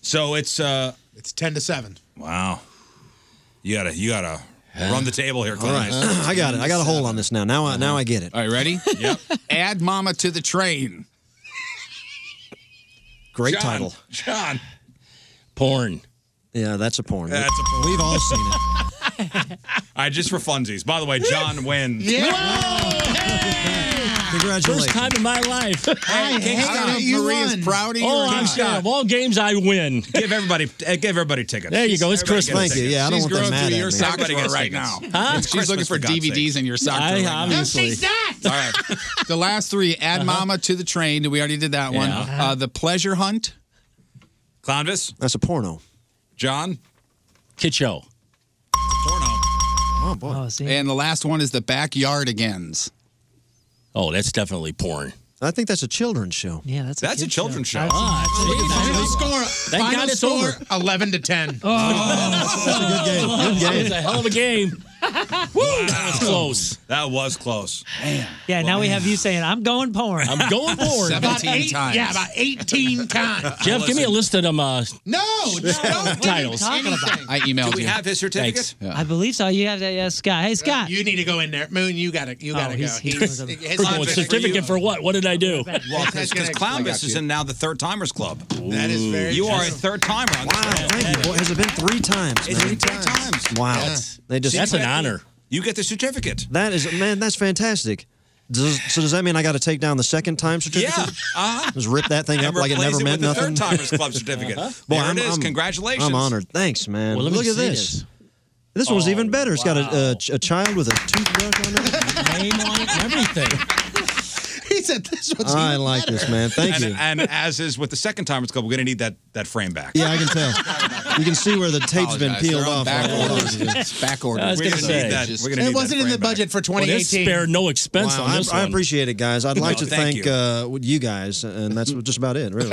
Speaker 6: So it's uh
Speaker 18: It's ten to seven.
Speaker 6: wow. You gotta you gotta run the table here,
Speaker 5: All right,
Speaker 6: Clownvis.
Speaker 5: I got it. I got a hold on this now. Now, I, now I get it.
Speaker 10: All right, ready? yep. Add mama to the train.
Speaker 5: Great
Speaker 10: John.
Speaker 5: title.
Speaker 6: John.
Speaker 14: Porn.
Speaker 5: Yeah, that's a porn.
Speaker 6: That's a porn.
Speaker 5: We've all seen it.
Speaker 6: All right, just for funsies. By the way, John wins.
Speaker 5: Congratulations.
Speaker 14: First time in my life.
Speaker 18: I hate that you
Speaker 10: Maria's
Speaker 18: won.
Speaker 10: proud of you. or
Speaker 14: Oh, I'm
Speaker 10: not?
Speaker 14: sure. Of all games, I win.
Speaker 6: Give everybody uh, give everybody tickets.
Speaker 14: There you go. It's
Speaker 6: Everybody gets
Speaker 14: Christmas.
Speaker 5: Thank you. Yeah, I don't
Speaker 10: She's
Speaker 5: want them
Speaker 10: growing
Speaker 5: mad
Speaker 10: through
Speaker 5: at
Speaker 10: your
Speaker 5: me.
Speaker 10: sock
Speaker 6: Everybody
Speaker 10: drawer
Speaker 6: gets
Speaker 10: right now.
Speaker 6: tickets.
Speaker 14: Huh?
Speaker 6: It's
Speaker 10: She's looking
Speaker 6: Christmas,
Speaker 10: for
Speaker 6: for God's
Speaker 10: DVDs in your sock drawer.
Speaker 14: I
Speaker 10: right now.
Speaker 14: obviously. Uh-huh.
Speaker 18: that.
Speaker 6: All right.
Speaker 10: The last three, add mama to the train. We already did that one. Uh, the pleasure hunt.
Speaker 6: Clownvis,
Speaker 5: That's a porno.
Speaker 6: John,
Speaker 14: Kid show.
Speaker 6: porno.
Speaker 5: Oh boy.
Speaker 16: Oh, see,
Speaker 10: And the last one is the backyard agains.
Speaker 14: Oh, that's definitely porn.
Speaker 5: I think that's a children's show.
Speaker 16: yeah, that's
Speaker 6: That's a
Speaker 16: kid
Speaker 6: children's show.
Speaker 14: Ah,
Speaker 18: Final score.
Speaker 14: Thank
Speaker 18: final
Speaker 14: God it's
Speaker 18: score.
Speaker 14: over. Oh,
Speaker 18: Eleven to ten.
Speaker 5: That's a good game.
Speaker 14: That
Speaker 5: Good
Speaker 14: was
Speaker 5: game.
Speaker 14: a hell of a game. Woo! That was close.
Speaker 6: That was close.
Speaker 16: Yeah, now we have you saying, I'm going porn.
Speaker 14: I'm going porn.
Speaker 10: About eight-
Speaker 18: Yeah, about eighteen times.
Speaker 14: Jeff, give me a list of them. Uh,
Speaker 18: No, no.
Speaker 14: Titles.
Speaker 18: Anything.
Speaker 10: I emailed
Speaker 6: Do we
Speaker 10: you.
Speaker 6: have his certificate?
Speaker 14: Thanks.
Speaker 16: I believe so. You have to ask Scott. Hey, Scott.
Speaker 18: You need to go in there, Moon. You gotta,
Speaker 7: Oh,
Speaker 18: you gotta
Speaker 14: Oh,
Speaker 18: go.
Speaker 16: he's- he was a-
Speaker 18: his
Speaker 14: we're going certificate for what? What did I do?
Speaker 6: Well, because
Speaker 18: That's gonna- I
Speaker 6: Clownvis
Speaker 10: got
Speaker 6: is
Speaker 10: you.
Speaker 6: in now the third timers club.
Speaker 18: That is very.
Speaker 6: You
Speaker 18: true.
Speaker 6: are a third timer. on this
Speaker 5: Wow.
Speaker 6: show.
Speaker 5: Thank you. Boy, has it been three times?
Speaker 6: It's
Speaker 5: man?
Speaker 6: been three times.
Speaker 5: Wow.
Speaker 18: That's-
Speaker 5: they just
Speaker 14: That's an honor.
Speaker 6: You get the certificate.
Speaker 5: That is man. That's fantastic. Does, so does that mean I got to take down the second time certificate?
Speaker 6: Yeah. Uh-huh.
Speaker 5: Just rip that thing up like it
Speaker 6: replace
Speaker 5: never
Speaker 6: with
Speaker 5: meant
Speaker 6: the
Speaker 5: nothing. Uh-huh.
Speaker 6: Third timers club certificate.
Speaker 5: Boy,
Speaker 6: there
Speaker 5: I'm-
Speaker 6: it is.
Speaker 5: I'm-
Speaker 6: Congratulations.
Speaker 5: I'm honored. Thanks, man.
Speaker 14: Well, let me
Speaker 5: Look at
Speaker 14: see
Speaker 5: this.
Speaker 14: this.
Speaker 5: This one's
Speaker 14: Oh,
Speaker 5: even better. It's got
Speaker 14: wow.
Speaker 5: a, a, ch- a child with a toothbrush on it.
Speaker 14: Name on it, and everything.
Speaker 18: He said this was.
Speaker 5: I like this, man. Thank
Speaker 6: And,
Speaker 5: you.
Speaker 6: and as is with the second timers club, we're going to need that that frame back.
Speaker 5: Yeah, I can tell. You can see where the tape's been
Speaker 10: Apologize.
Speaker 5: peeled
Speaker 10: They're on
Speaker 5: off.
Speaker 10: Back
Speaker 5: Wow,
Speaker 10: order. It's back order.
Speaker 14: I was
Speaker 6: We're
Speaker 14: gonna
Speaker 6: going to
Speaker 14: say.
Speaker 6: need that.
Speaker 10: Just-
Speaker 6: We're going to need
Speaker 18: It wasn't
Speaker 6: that
Speaker 18: in the
Speaker 6: frame back.
Speaker 18: budget for
Speaker 14: Well, this
Speaker 18: 2018.
Speaker 14: spared no expense on
Speaker 5: I,
Speaker 14: this
Speaker 5: I
Speaker 14: one.
Speaker 5: appreciate it, guys. I'd like
Speaker 6: No,
Speaker 5: to
Speaker 6: thank
Speaker 5: thank
Speaker 6: you.
Speaker 5: uh, you guys, and that's just about it, really.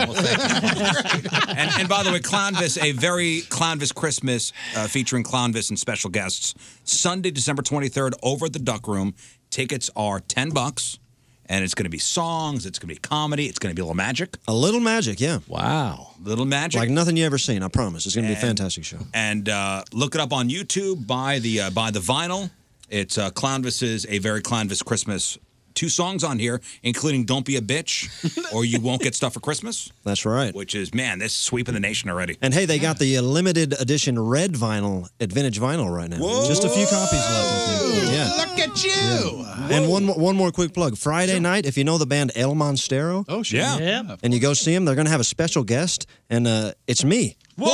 Speaker 6: and, and by the way, Clownvis, a very Clownvis Christmas uh, featuring Clownvis and special guests, Sunday, December 23rd, over at the Duck Room. Tickets are 10 bucks, and it's going to be songs, it's going to be comedy, it's going to be a little magic,
Speaker 5: a little magic, yeah.
Speaker 14: Wow.
Speaker 6: little magic.
Speaker 5: Like nothing you ever seen, I promise. It's going to be a fantastic show.
Speaker 6: and uh, look it up on YouTube. Buy the uh, buy the vinyl. It's uh, Clownvis's a very Clownvis Christmas two songs on here, including "Don't Be a Bitch" or "You Won't Get Stuff for Christmas,"
Speaker 5: That's right.
Speaker 6: which is man, this is sweeping the nation already.
Speaker 5: And hey, they got the uh, limited edition red vinyl at Vintage Vinyl right now. Just a few copies left. I think. Yeah.
Speaker 10: Look at you.
Speaker 5: And one mo- one more quick plug. Friday night, if you know the band El Monstero,
Speaker 10: oh sure. Yeah. Yeah.
Speaker 5: and you go see them, they're going to have a special guest, and uh, it's me.
Speaker 10: Whoa!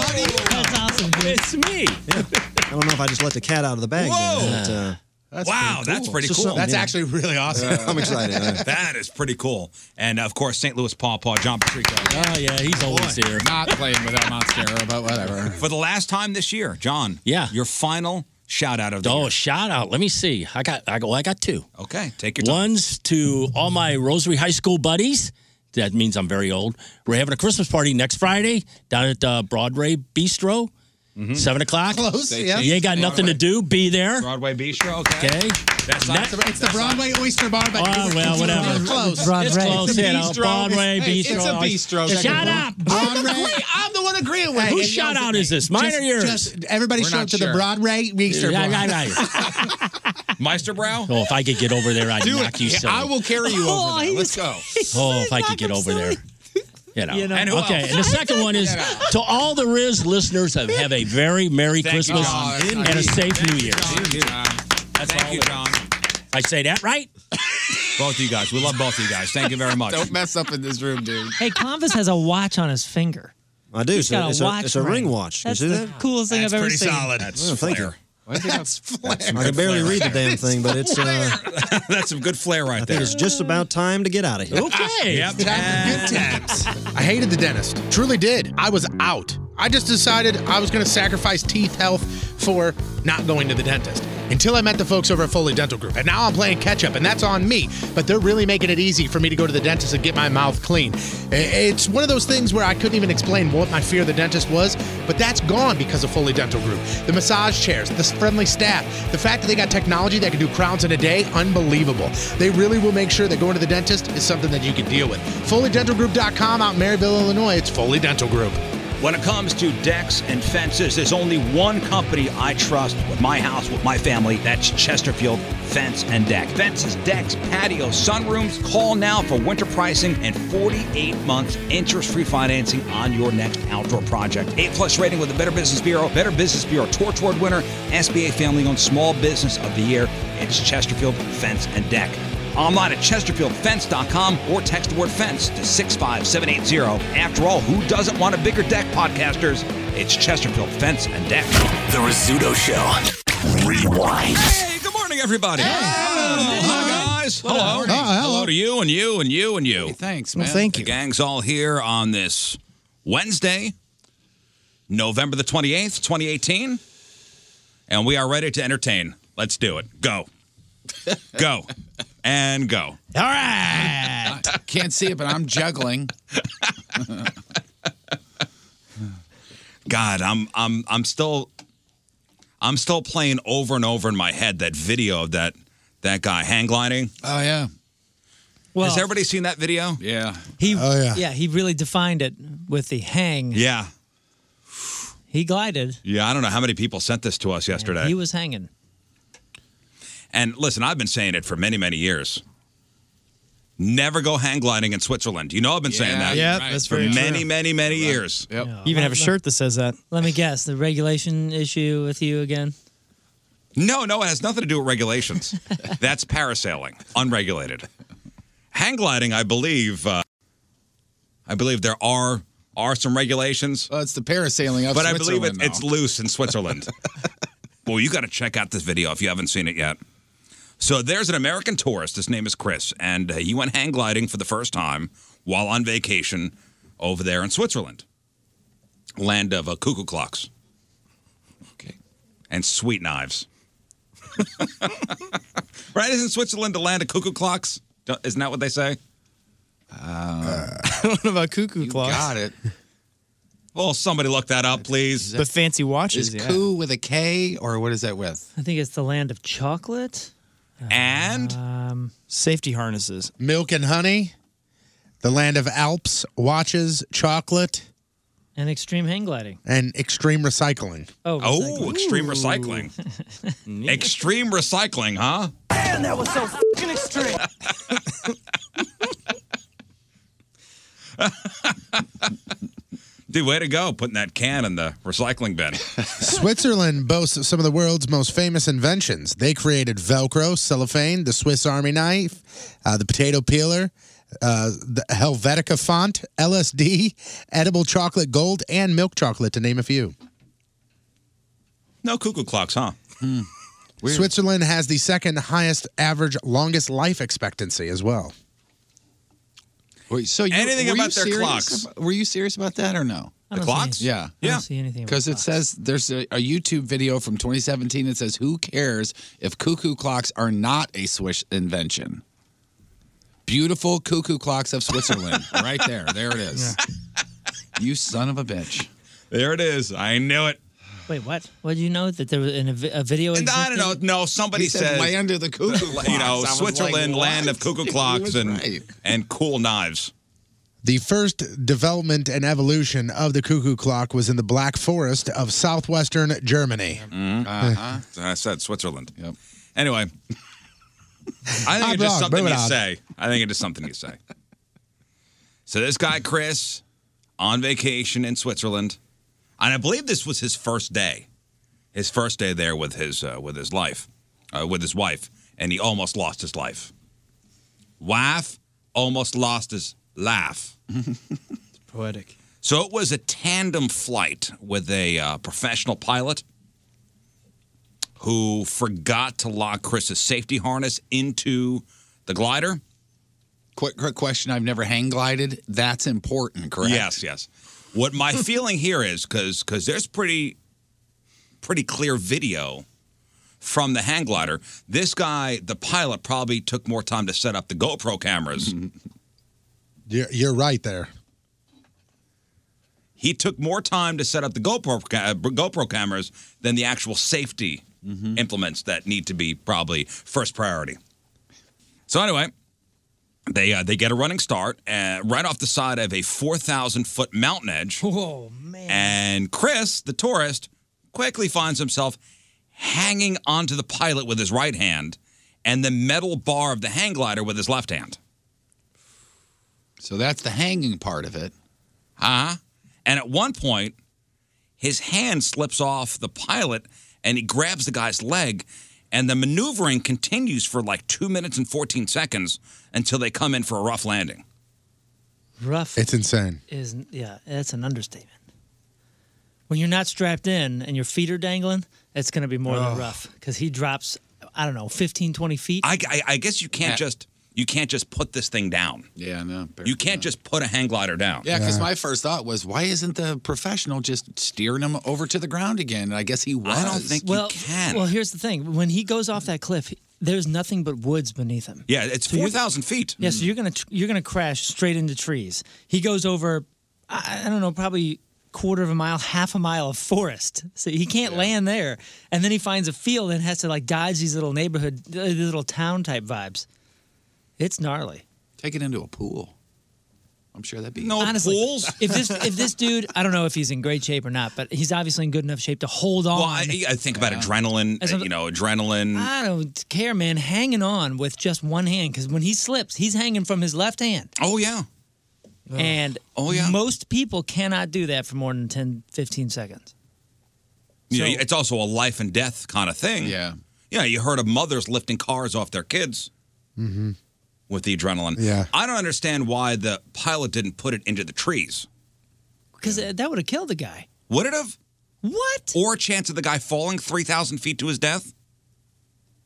Speaker 10: That's awesome.
Speaker 5: It's me. Yeah. I don't know if I just let the cat out of the bag.
Speaker 6: Whoa.
Speaker 5: There, but, uh,
Speaker 6: wow, that's pretty
Speaker 5: It's just
Speaker 6: cool.
Speaker 5: something, yeah.
Speaker 10: really awesome.
Speaker 5: I'm excited. yeah.
Speaker 6: that is pretty cool. And of course, St. Louis Paw Paw, John Patrico. Oh yeah, he's
Speaker 19: always here.
Speaker 6: Not playing without Monstero, but whatever. For the last time this year, John. Yeah. Your final shout out of the
Speaker 14: Oh,
Speaker 6: year.
Speaker 14: shout out. Let me see. I got I go I got two.
Speaker 6: Okay, take
Speaker 14: One's to all my Rosary High School buddies. That means I'm very old. We're having a Christmas party next Friday down at uh, Broadway Bistro,
Speaker 6: Mm-hmm.
Speaker 14: seven o'clock.
Speaker 10: Close, They yeah.
Speaker 14: You ain't got
Speaker 10: changed
Speaker 14: nothing to do. Be there.
Speaker 6: Broadway Bistro.
Speaker 14: Okay.
Speaker 6: That's
Speaker 10: It's the- it's the Broadway Oyster Bar, but
Speaker 14: Oh, well, whatever.
Speaker 10: It's close.
Speaker 14: It's close, you know. Broadway,
Speaker 10: Hey,
Speaker 14: bistro. Shut up.
Speaker 10: Broadway. I'm the one agreeing
Speaker 14: Hey, whose shout out is this? Mine
Speaker 10: Just-
Speaker 14: or yours?
Speaker 10: Just everybody
Speaker 14: We're
Speaker 10: show
Speaker 14: not
Speaker 10: up to
Speaker 14: sure.
Speaker 10: the Broadway Oyster
Speaker 14: Yeah,
Speaker 10: Bar.
Speaker 14: right, right.
Speaker 6: Meisterbrow?
Speaker 14: Oh, if I could get over there, I'd
Speaker 6: Do
Speaker 14: knock
Speaker 6: it.
Speaker 14: you
Speaker 6: Yeah,
Speaker 14: silly.
Speaker 6: I will carry you over there. Let's go.
Speaker 14: Oh, if I could get over there. You know.
Speaker 6: You know. And who
Speaker 14: okay,
Speaker 6: else?
Speaker 14: and the second one is to all the Riz listeners, have have a very Merry
Speaker 6: Thank you,
Speaker 14: Christmas
Speaker 6: John.
Speaker 14: and a safe New Year.
Speaker 6: Thank you, John. Thank you, John.
Speaker 14: I say that right?
Speaker 6: Both of you guys. We love both of you guys. Thank you very much.
Speaker 7: Don't
Speaker 6: mess up in this room, dude.
Speaker 7: Hey, Convis has a watch on his finger.
Speaker 5: I do.
Speaker 7: He's
Speaker 5: So
Speaker 7: got a
Speaker 5: it's, a,
Speaker 7: watch
Speaker 5: it's a
Speaker 7: ring.
Speaker 5: ring watch.
Speaker 7: That's
Speaker 5: you see
Speaker 7: the
Speaker 5: that?
Speaker 7: coolest thing That's I've ever pretty seen. solid.
Speaker 6: That's
Speaker 5: Oh, thank
Speaker 6: flair.
Speaker 5: That's
Speaker 6: flair.
Speaker 5: I can barely read the damn thing, but it's uh,
Speaker 6: that's some good flair right
Speaker 5: I think
Speaker 6: there.
Speaker 5: it's just about time to get out of here.
Speaker 10: Ah,
Speaker 6: Okay. Yep.
Speaker 10: Good times.
Speaker 9: I hated the dentist. Truly did. I was out. I just decided I was going to sacrifice teeth health for not going to the dentist until I met the folks over at Foley Dental Group. And now I'm playing catch up, and that's on me. But they're really making it easy for me to go to the dentist and get my mouth clean. I- It's one of those things where I couldn't even explain what my fear of the dentist was, but that's gone because of Foley Dental Group. The massage chairs, the friendly staff, the fact that they got technology that can do crowns in a day, unbelievable. They really will make sure that going to the dentist is something that you can deal with. FoleyDentalGroup.com out in Maryville, Illinois. It's Foley Dental Group.
Speaker 6: When it comes to decks and fences, there's only one company I trust with my house, with my family. That's Chesterfield Fence and Deck. Fences, decks, patios, sunrooms. Call now for winter pricing and 48 months interest-free financing on your next outdoor project. A plus rating with the Better Business Bureau, Better Business Bureau Torch Award winner, SBA Family-owned Small Business of the Year. It's Chesterfield Fence and Deck. Online at chesterfieldfence.com or text the word fence to 65780. After all, who doesn't want a bigger deck, podcasters? It's Chesterfield Fence and Deck.
Speaker 20: The Rizzuto Show. Rewind.
Speaker 6: Hey, good morning, everybody. Hi, guys. Hello. hello. to you and you and you and you. thanks,
Speaker 19: Ah, Well, man. thank
Speaker 6: The gang's all here on this Wednesday, November the 28th, 2018. And we are ready to entertain. Let's do it. Go. go. And go.
Speaker 19: All right. Can't see it, but I'm juggling.
Speaker 6: God, I'm I'm I'm still I'm still playing over and over in my head that video of that that guy hang gliding.
Speaker 19: Oh yeah.
Speaker 6: Has everybody seen that video? Yeah.
Speaker 7: He,
Speaker 6: Oh, yeah.
Speaker 7: yeah. he really defined it with the hang.
Speaker 6: Yeah.
Speaker 7: He glided.
Speaker 6: Yeah, I don't know how many people sent this to us yesterday.
Speaker 7: He was hanging.
Speaker 6: and listen, I've been saying it for many, many years. Never go hang gliding in Switzerland. You know I've been saying
Speaker 21: Yeah,
Speaker 6: that.
Speaker 21: Yeah, right. that's
Speaker 6: for
Speaker 21: very
Speaker 6: many,
Speaker 21: true.
Speaker 6: many, many years.
Speaker 21: You even have a shirt that says that.
Speaker 7: Let me guess, the regulation issue with you again?
Speaker 6: No, no, it has nothing to do with regulations. That's parasailing, unregulated. Hang gliding, I believe. Uh, I believe there are are some regulations.
Speaker 19: Well, it's the parasailing of
Speaker 6: but I believe it,
Speaker 19: Switzerland,
Speaker 6: it's loose in Switzerland. well, you got to check out this video if you haven't seen it yet. So there's an American tourist. His name is Chris, and uh, he went hang gliding for the first time while on vacation over there in Switzerland, land of uh, cuckoo clocks, okay, and sweet knives. right? Isn't Switzerland the land of cuckoo clocks? Don't- Isn't that what they say?
Speaker 21: I don't know Uh, about cuckoo clocks.
Speaker 6: it. Well, Oh, somebody look that up, please.
Speaker 21: The fancy watches.
Speaker 19: Is
Speaker 21: yeah.
Speaker 19: Koo with a K or what is that with?
Speaker 7: I think it's the land of chocolate.
Speaker 6: And
Speaker 7: um,
Speaker 21: safety harnesses.
Speaker 9: Milk and honey, the land of Alps, watches, chocolate,
Speaker 7: and extreme hang gliding.
Speaker 9: and extreme recycling.
Speaker 7: Oh,
Speaker 6: Oh, extreme recycling. extreme recycling, huh?
Speaker 3: Man, that was so fucking extreme.
Speaker 6: Dude, way to go putting that can in the recycling bin.
Speaker 9: Switzerland boasts of some of the world's most famous inventions. They created Velcro, cellophane, the Swiss Army knife, uh, the potato peeler, uh, the Helvetica font, LSD, edible chocolate gold, and milk chocolate, to name a few.
Speaker 6: No cuckoo clocks, huh?
Speaker 10: Hmm.
Speaker 6: Weird.
Speaker 9: Switzerland has the second highest average longest life expectancy as well.
Speaker 10: Wait, so you,
Speaker 9: Anything
Speaker 10: were you
Speaker 9: about their
Speaker 10: serious
Speaker 9: clocks.
Speaker 10: ab- were you serious about that or no?
Speaker 9: I The don't see clocks? any- I
Speaker 10: Yeah.
Speaker 9: don't Yeah. see anything about
Speaker 10: Because it says there's a, a YouTube video from 2017 that says, Who cares if cuckoo clocks are not a Swiss invention? Beautiful cuckoo clocks of Switzerland. right there. There it is. You son of a bitch.
Speaker 6: There it is. I knew it.
Speaker 7: Wait, what? What did you know that there was in a, vi- a video?
Speaker 6: And I don't
Speaker 7: existed?
Speaker 6: know. No, somebody
Speaker 7: He said
Speaker 6: says
Speaker 7: land of the cuckoo
Speaker 6: You
Speaker 7: clocks. I
Speaker 6: know,
Speaker 7: was
Speaker 6: Switzerland,
Speaker 7: like,
Speaker 6: land of
Speaker 7: what?
Speaker 6: cuckoo
Speaker 9: He
Speaker 6: clocks
Speaker 9: was
Speaker 6: and
Speaker 9: right.
Speaker 6: and cool knives.
Speaker 9: The first development and evolution of the cuckoo clock was in the Black Forest of southwestern Germany.
Speaker 6: Uh-huh. I said Switzerland. Yep. Anyway, I think
Speaker 9: I'm wrong.
Speaker 6: it's just something
Speaker 9: Moving
Speaker 6: you
Speaker 9: on.
Speaker 6: say. I think it's just something you say. So this guy Chris on vacation in Switzerland, and I believe this was his first day, his first day there with his uh, with his life, uh, with his wife, and he almost lost his life. Wife almost lost his laugh.
Speaker 5: Poetic.
Speaker 6: So it was a tandem flight with a uh, professional pilot who forgot to lock Chris's safety harness into the glider.
Speaker 10: Quick, quick question. I've never hang glided. That's important, correct?
Speaker 6: Yes, yes. What my feeling here is because because there's pretty pretty clear video from the hang glider. This guy, the pilot, probably took more time to set up the GoPro cameras.
Speaker 9: You're, you're right there.
Speaker 6: He took more time to set up the GoPro ca- uh, GoPro cameras than the actual safety
Speaker 9: Mm-hmm.
Speaker 6: implements that need to be probably first priority. So anyway, they uh, they get a running start uh, right off the side of a four thousand foot mountain edge.
Speaker 7: Oh man!
Speaker 6: And Chris, the tourist, quickly finds himself hanging onto the pilot with his right hand and the metal bar of the hang glider with his left hand.
Speaker 10: So that's the hanging part of it.
Speaker 6: Huh? Uh-huh. And at one point, his hand slips off the pilot and he grabs the guy's leg. And the maneuvering continues for like two minutes and 14 seconds until they come in for a rough landing.
Speaker 7: Rough
Speaker 9: It's insane.
Speaker 7: is yeah. That's an understatement. When you're not strapped in and your feet are dangling, it's going to be more
Speaker 6: Ugh.
Speaker 7: than rough because he drops. I don't know, 15, 20 feet.
Speaker 6: I, I, I guess you can't just you can't just put this thing down.
Speaker 10: Yeah, no.
Speaker 6: You can't just put a hang glider down.
Speaker 10: Yeah, because my first thought was, why isn't the professional just steering him over to the ground again? And I guess he was.
Speaker 7: Uh, well, Well, here's the thing: when he goes off that cliff, he- there's nothing but woods beneath him.
Speaker 6: Yeah, it's
Speaker 7: So you're-
Speaker 6: four thousand feet. Hmm.
Speaker 7: Yeah, so you're gonna tr- you're gonna crash straight into trees. He goes over, I, I don't know, probably quarter of a mile, half a mile of forest. So he can't land there, and then he finds a field and has to like dodge these little neighborhood, uh, these little town type vibes. It's gnarly.
Speaker 10: Take it into a pool. I'm sure that'd be
Speaker 7: Honestly, if this if this dude, I don't know if he's in great shape or not, but he's obviously in good enough shape to hold on.
Speaker 6: Well, I, I think about adrenaline.
Speaker 7: As
Speaker 6: uh,
Speaker 7: a-
Speaker 6: you know, adrenaline.
Speaker 7: I don't care, man. Hanging on with just one hand because when he slips, he's hanging from his left hand.
Speaker 6: Oh yeah.
Speaker 7: And oh yeah. Most people cannot do that for more than 10, 15 seconds.
Speaker 6: you know, it's also a life and death kind of thing. Yeah. Yeah, you heard of mothers lifting cars off their kids
Speaker 9: Mm-hmm.
Speaker 6: with the adrenaline.
Speaker 9: Yeah.
Speaker 6: I don't understand why the pilot didn't put it into the trees.
Speaker 7: Because that would have killed the guy.
Speaker 6: Would it have?
Speaker 7: What?
Speaker 6: Or a chance of the guy falling 3,000 feet to his death?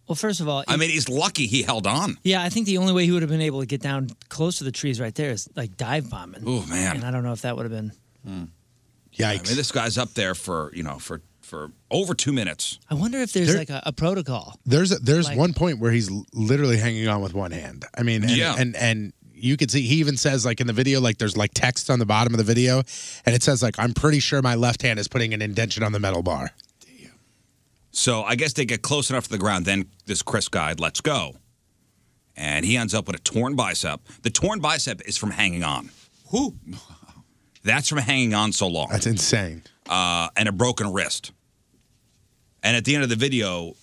Speaker 7: Well, first of all,
Speaker 6: I mean, he's lucky he held on.
Speaker 7: yeah, I think the only way he would have been able to get down close to the trees right there is like dive bombing.
Speaker 6: Oh, man.
Speaker 7: And I don't know if that would have been.
Speaker 6: Yikes. I mean, this guy's up there for, you know, for, for over two minutes.
Speaker 7: I wonder if there's
Speaker 9: There-
Speaker 7: like a, a protocol.
Speaker 9: There's there's
Speaker 7: Like-
Speaker 9: one point where he's l- literally hanging on with one hand. I mean, and,
Speaker 7: Yeah.
Speaker 9: and and you could see he even says like in the video like there's like text on the bottom of the video, and it says like I'm pretty sure my left hand is putting an indentation on the metal bar.
Speaker 6: So I guess they get close enough to the ground. Then this Chris guy lets go. And he ends up with a torn bicep. The torn bicep is from hanging on. Who? That's from hanging on so long.
Speaker 9: That's insane.
Speaker 6: uh, and a broken wrist. And at the end of the video,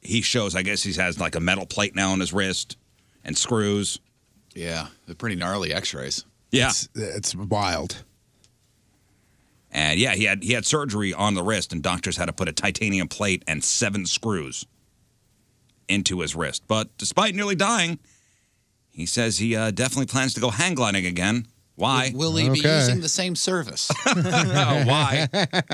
Speaker 6: he shows. I guess he has like a metal plate now on his wrist and screws.
Speaker 10: Yeah, they're pretty gnarly X-rays.
Speaker 6: Yeah,
Speaker 10: It's-
Speaker 6: it's wild. And yeah, he had he had surgery on the wrist, and doctors had to put a titanium plate and seven screws into his wrist. But despite nearly dying, he says he uh, definitely plans to go hang gliding again. Why?
Speaker 10: Will he be using the same service? Oh,
Speaker 6: Why?
Speaker 10: Do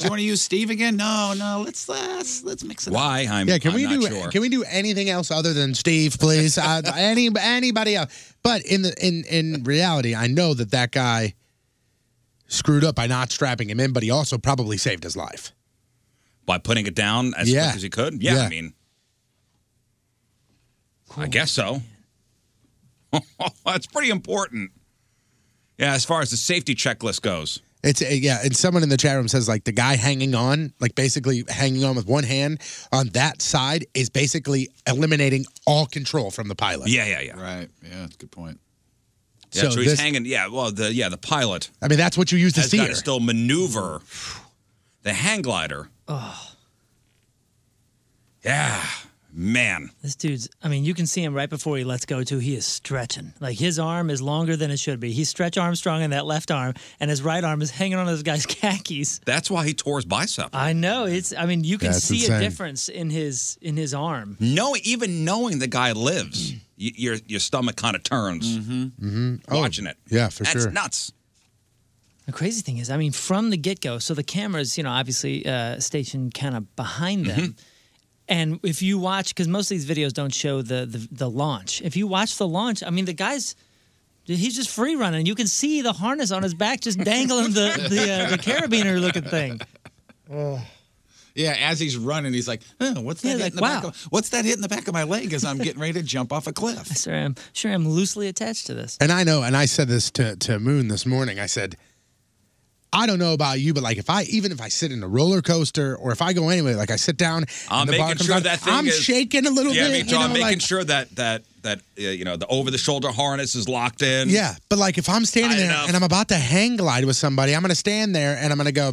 Speaker 10: you want to use Steve again? No, no. Let's let's let's mix it up.
Speaker 6: Why? I'm,
Speaker 9: yeah, can
Speaker 6: I'm
Speaker 9: we
Speaker 6: not
Speaker 9: do
Speaker 6: sure.
Speaker 9: can we do anything else other than Steve, please? uh, any anybody else? But in the in in reality, I know that that guy screwed up by not strapping him in, but he also probably saved his life.
Speaker 6: by putting it down as
Speaker 9: Yeah.
Speaker 6: quick as he could. Yeah,
Speaker 9: Yeah.
Speaker 6: I mean, I guess so. That's pretty important. Yeah, as far as the safety checklist goes.
Speaker 9: It's uh, yeah, and someone in the chat room says like the guy hanging on, like basically hanging on with one hand on that side is basically eliminating all control from the pilot.
Speaker 6: Yeah, yeah, yeah.
Speaker 10: Right. Yeah, that's a good point.
Speaker 6: Yeah,
Speaker 9: So
Speaker 6: so, he's
Speaker 9: this-
Speaker 6: hanging. Yeah, well, the yeah the pilot
Speaker 9: I mean, that's what you use to
Speaker 6: has
Speaker 9: see
Speaker 6: got
Speaker 9: her.
Speaker 6: to still maneuver the hang glider.
Speaker 7: Oh,
Speaker 6: Yeah, man.
Speaker 7: this dude's. I mean, you can see him right before he lets go. Too. He is stretching. Like his arm is longer than it should be. He's stretch Armstrong in that left arm, and his right arm is hanging on to this guy's khakis.
Speaker 6: That's why he tore his bicep.
Speaker 7: I know. It's. I mean, you can
Speaker 6: That's
Speaker 7: see
Speaker 6: insane.
Speaker 7: a difference in his in his arm.
Speaker 6: No, even knowing the guy lives, y- your your stomach kind of turns
Speaker 9: Mm-hmm.
Speaker 6: watching it.
Speaker 9: yeah, for
Speaker 6: That's
Speaker 9: sure.
Speaker 6: nuts.
Speaker 7: The crazy thing is, I mean, from the get go, so the cameras, you know, obviously uh, stationed kind of behind them.
Speaker 6: Mm-hmm.
Speaker 7: And if you watch, because most of these videos don't show the, the the launch. If you watch the launch, I mean, the guy's he's just free running. You can see the harness on his back just dangling the the, uh, the carabiner looking thing.
Speaker 10: Yeah, as he's running, he's like, "Huh, "What's that
Speaker 7: Yeah,
Speaker 10: hit
Speaker 7: like,
Speaker 10: in the back?
Speaker 7: wow.
Speaker 10: Of, what's that hit in the back of my leg as I'm getting ready to jump off a cliff?"
Speaker 7: I sure am sure am loosely attached to this.
Speaker 9: And I know, and I said this to, to Moon this morning. I said, I don't know about you, but like if I even if I sit in a roller coaster or if I go anywhere, like I sit down, and
Speaker 6: I'm
Speaker 9: the bar
Speaker 6: Uh, making
Speaker 9: comes
Speaker 6: sure
Speaker 9: on,
Speaker 6: that thing
Speaker 9: I'm
Speaker 6: is-
Speaker 9: shaking a little bit.
Speaker 6: yeah, I mean,
Speaker 9: you
Speaker 6: John,
Speaker 9: know,
Speaker 6: making
Speaker 9: like,
Speaker 6: sure that that that uh, you know the over the shoulder harness is locked in.
Speaker 9: yeah, but like if I'm standing there and I'm about to hang glide with somebody, I'm gonna stand there and I'm gonna go.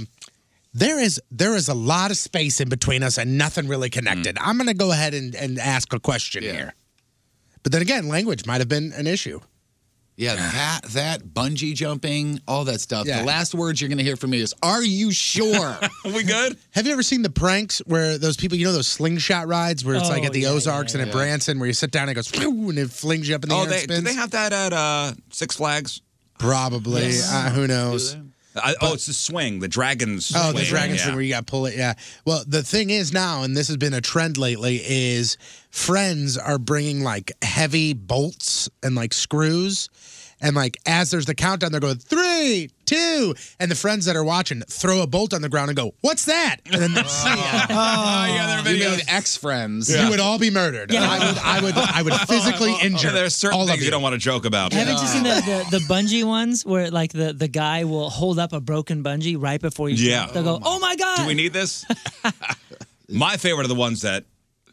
Speaker 9: There is there is a lot of space in between us and nothing really connected.
Speaker 10: Mm.
Speaker 9: I'm gonna go ahead and, and ask a question here. But then again, language might have been an issue.
Speaker 10: Yeah, that that bungee jumping, all that stuff.
Speaker 9: Yeah.
Speaker 10: The last words you're going to hear from me is, "Oh." "Are you sure?"
Speaker 6: we good?
Speaker 9: Have you ever seen the pranks where those people, you know, those slingshot rides where it's like
Speaker 10: Oh,
Speaker 9: at the
Speaker 10: yeah,
Speaker 9: Ozarks
Speaker 10: yeah,
Speaker 9: and at
Speaker 10: yeah.
Speaker 9: Branson where you sit down and it goes "Phew," and it flings you up in the
Speaker 6: oh,
Speaker 9: air and
Speaker 6: they, do
Speaker 9: spins?
Speaker 6: they have that at uh, Six Flags?
Speaker 9: Probably.
Speaker 6: Yes.
Speaker 9: Uh, who knows?
Speaker 6: I, oh, it's the swing, the dragons.
Speaker 9: Oh, the
Speaker 6: swing,
Speaker 9: dragon
Speaker 6: yeah.
Speaker 9: thing where you got to pull it. Yeah. Well, the thing is now, and this has been a trend lately, is friends are bringing like heavy bolts and like screws. And like as there's the countdown, they're going three, two, and the friends that are watching throw a bolt on the ground and go, "What's that?" And then they see it.
Speaker 10: yeah, they're videos. ex friends.
Speaker 9: You would all be murdered. I would, I would, I would physically injure.
Speaker 6: Yeah, there's certain
Speaker 9: all
Speaker 6: things
Speaker 9: of
Speaker 6: you. don't want to joke about.
Speaker 7: Haven't you seen the, the, the bungee ones where like the, the guy will hold up a broken bungee right before you
Speaker 6: Yeah.
Speaker 7: jump? They'll go, "Oh my god!"
Speaker 6: Do we need this? My favorite are the ones that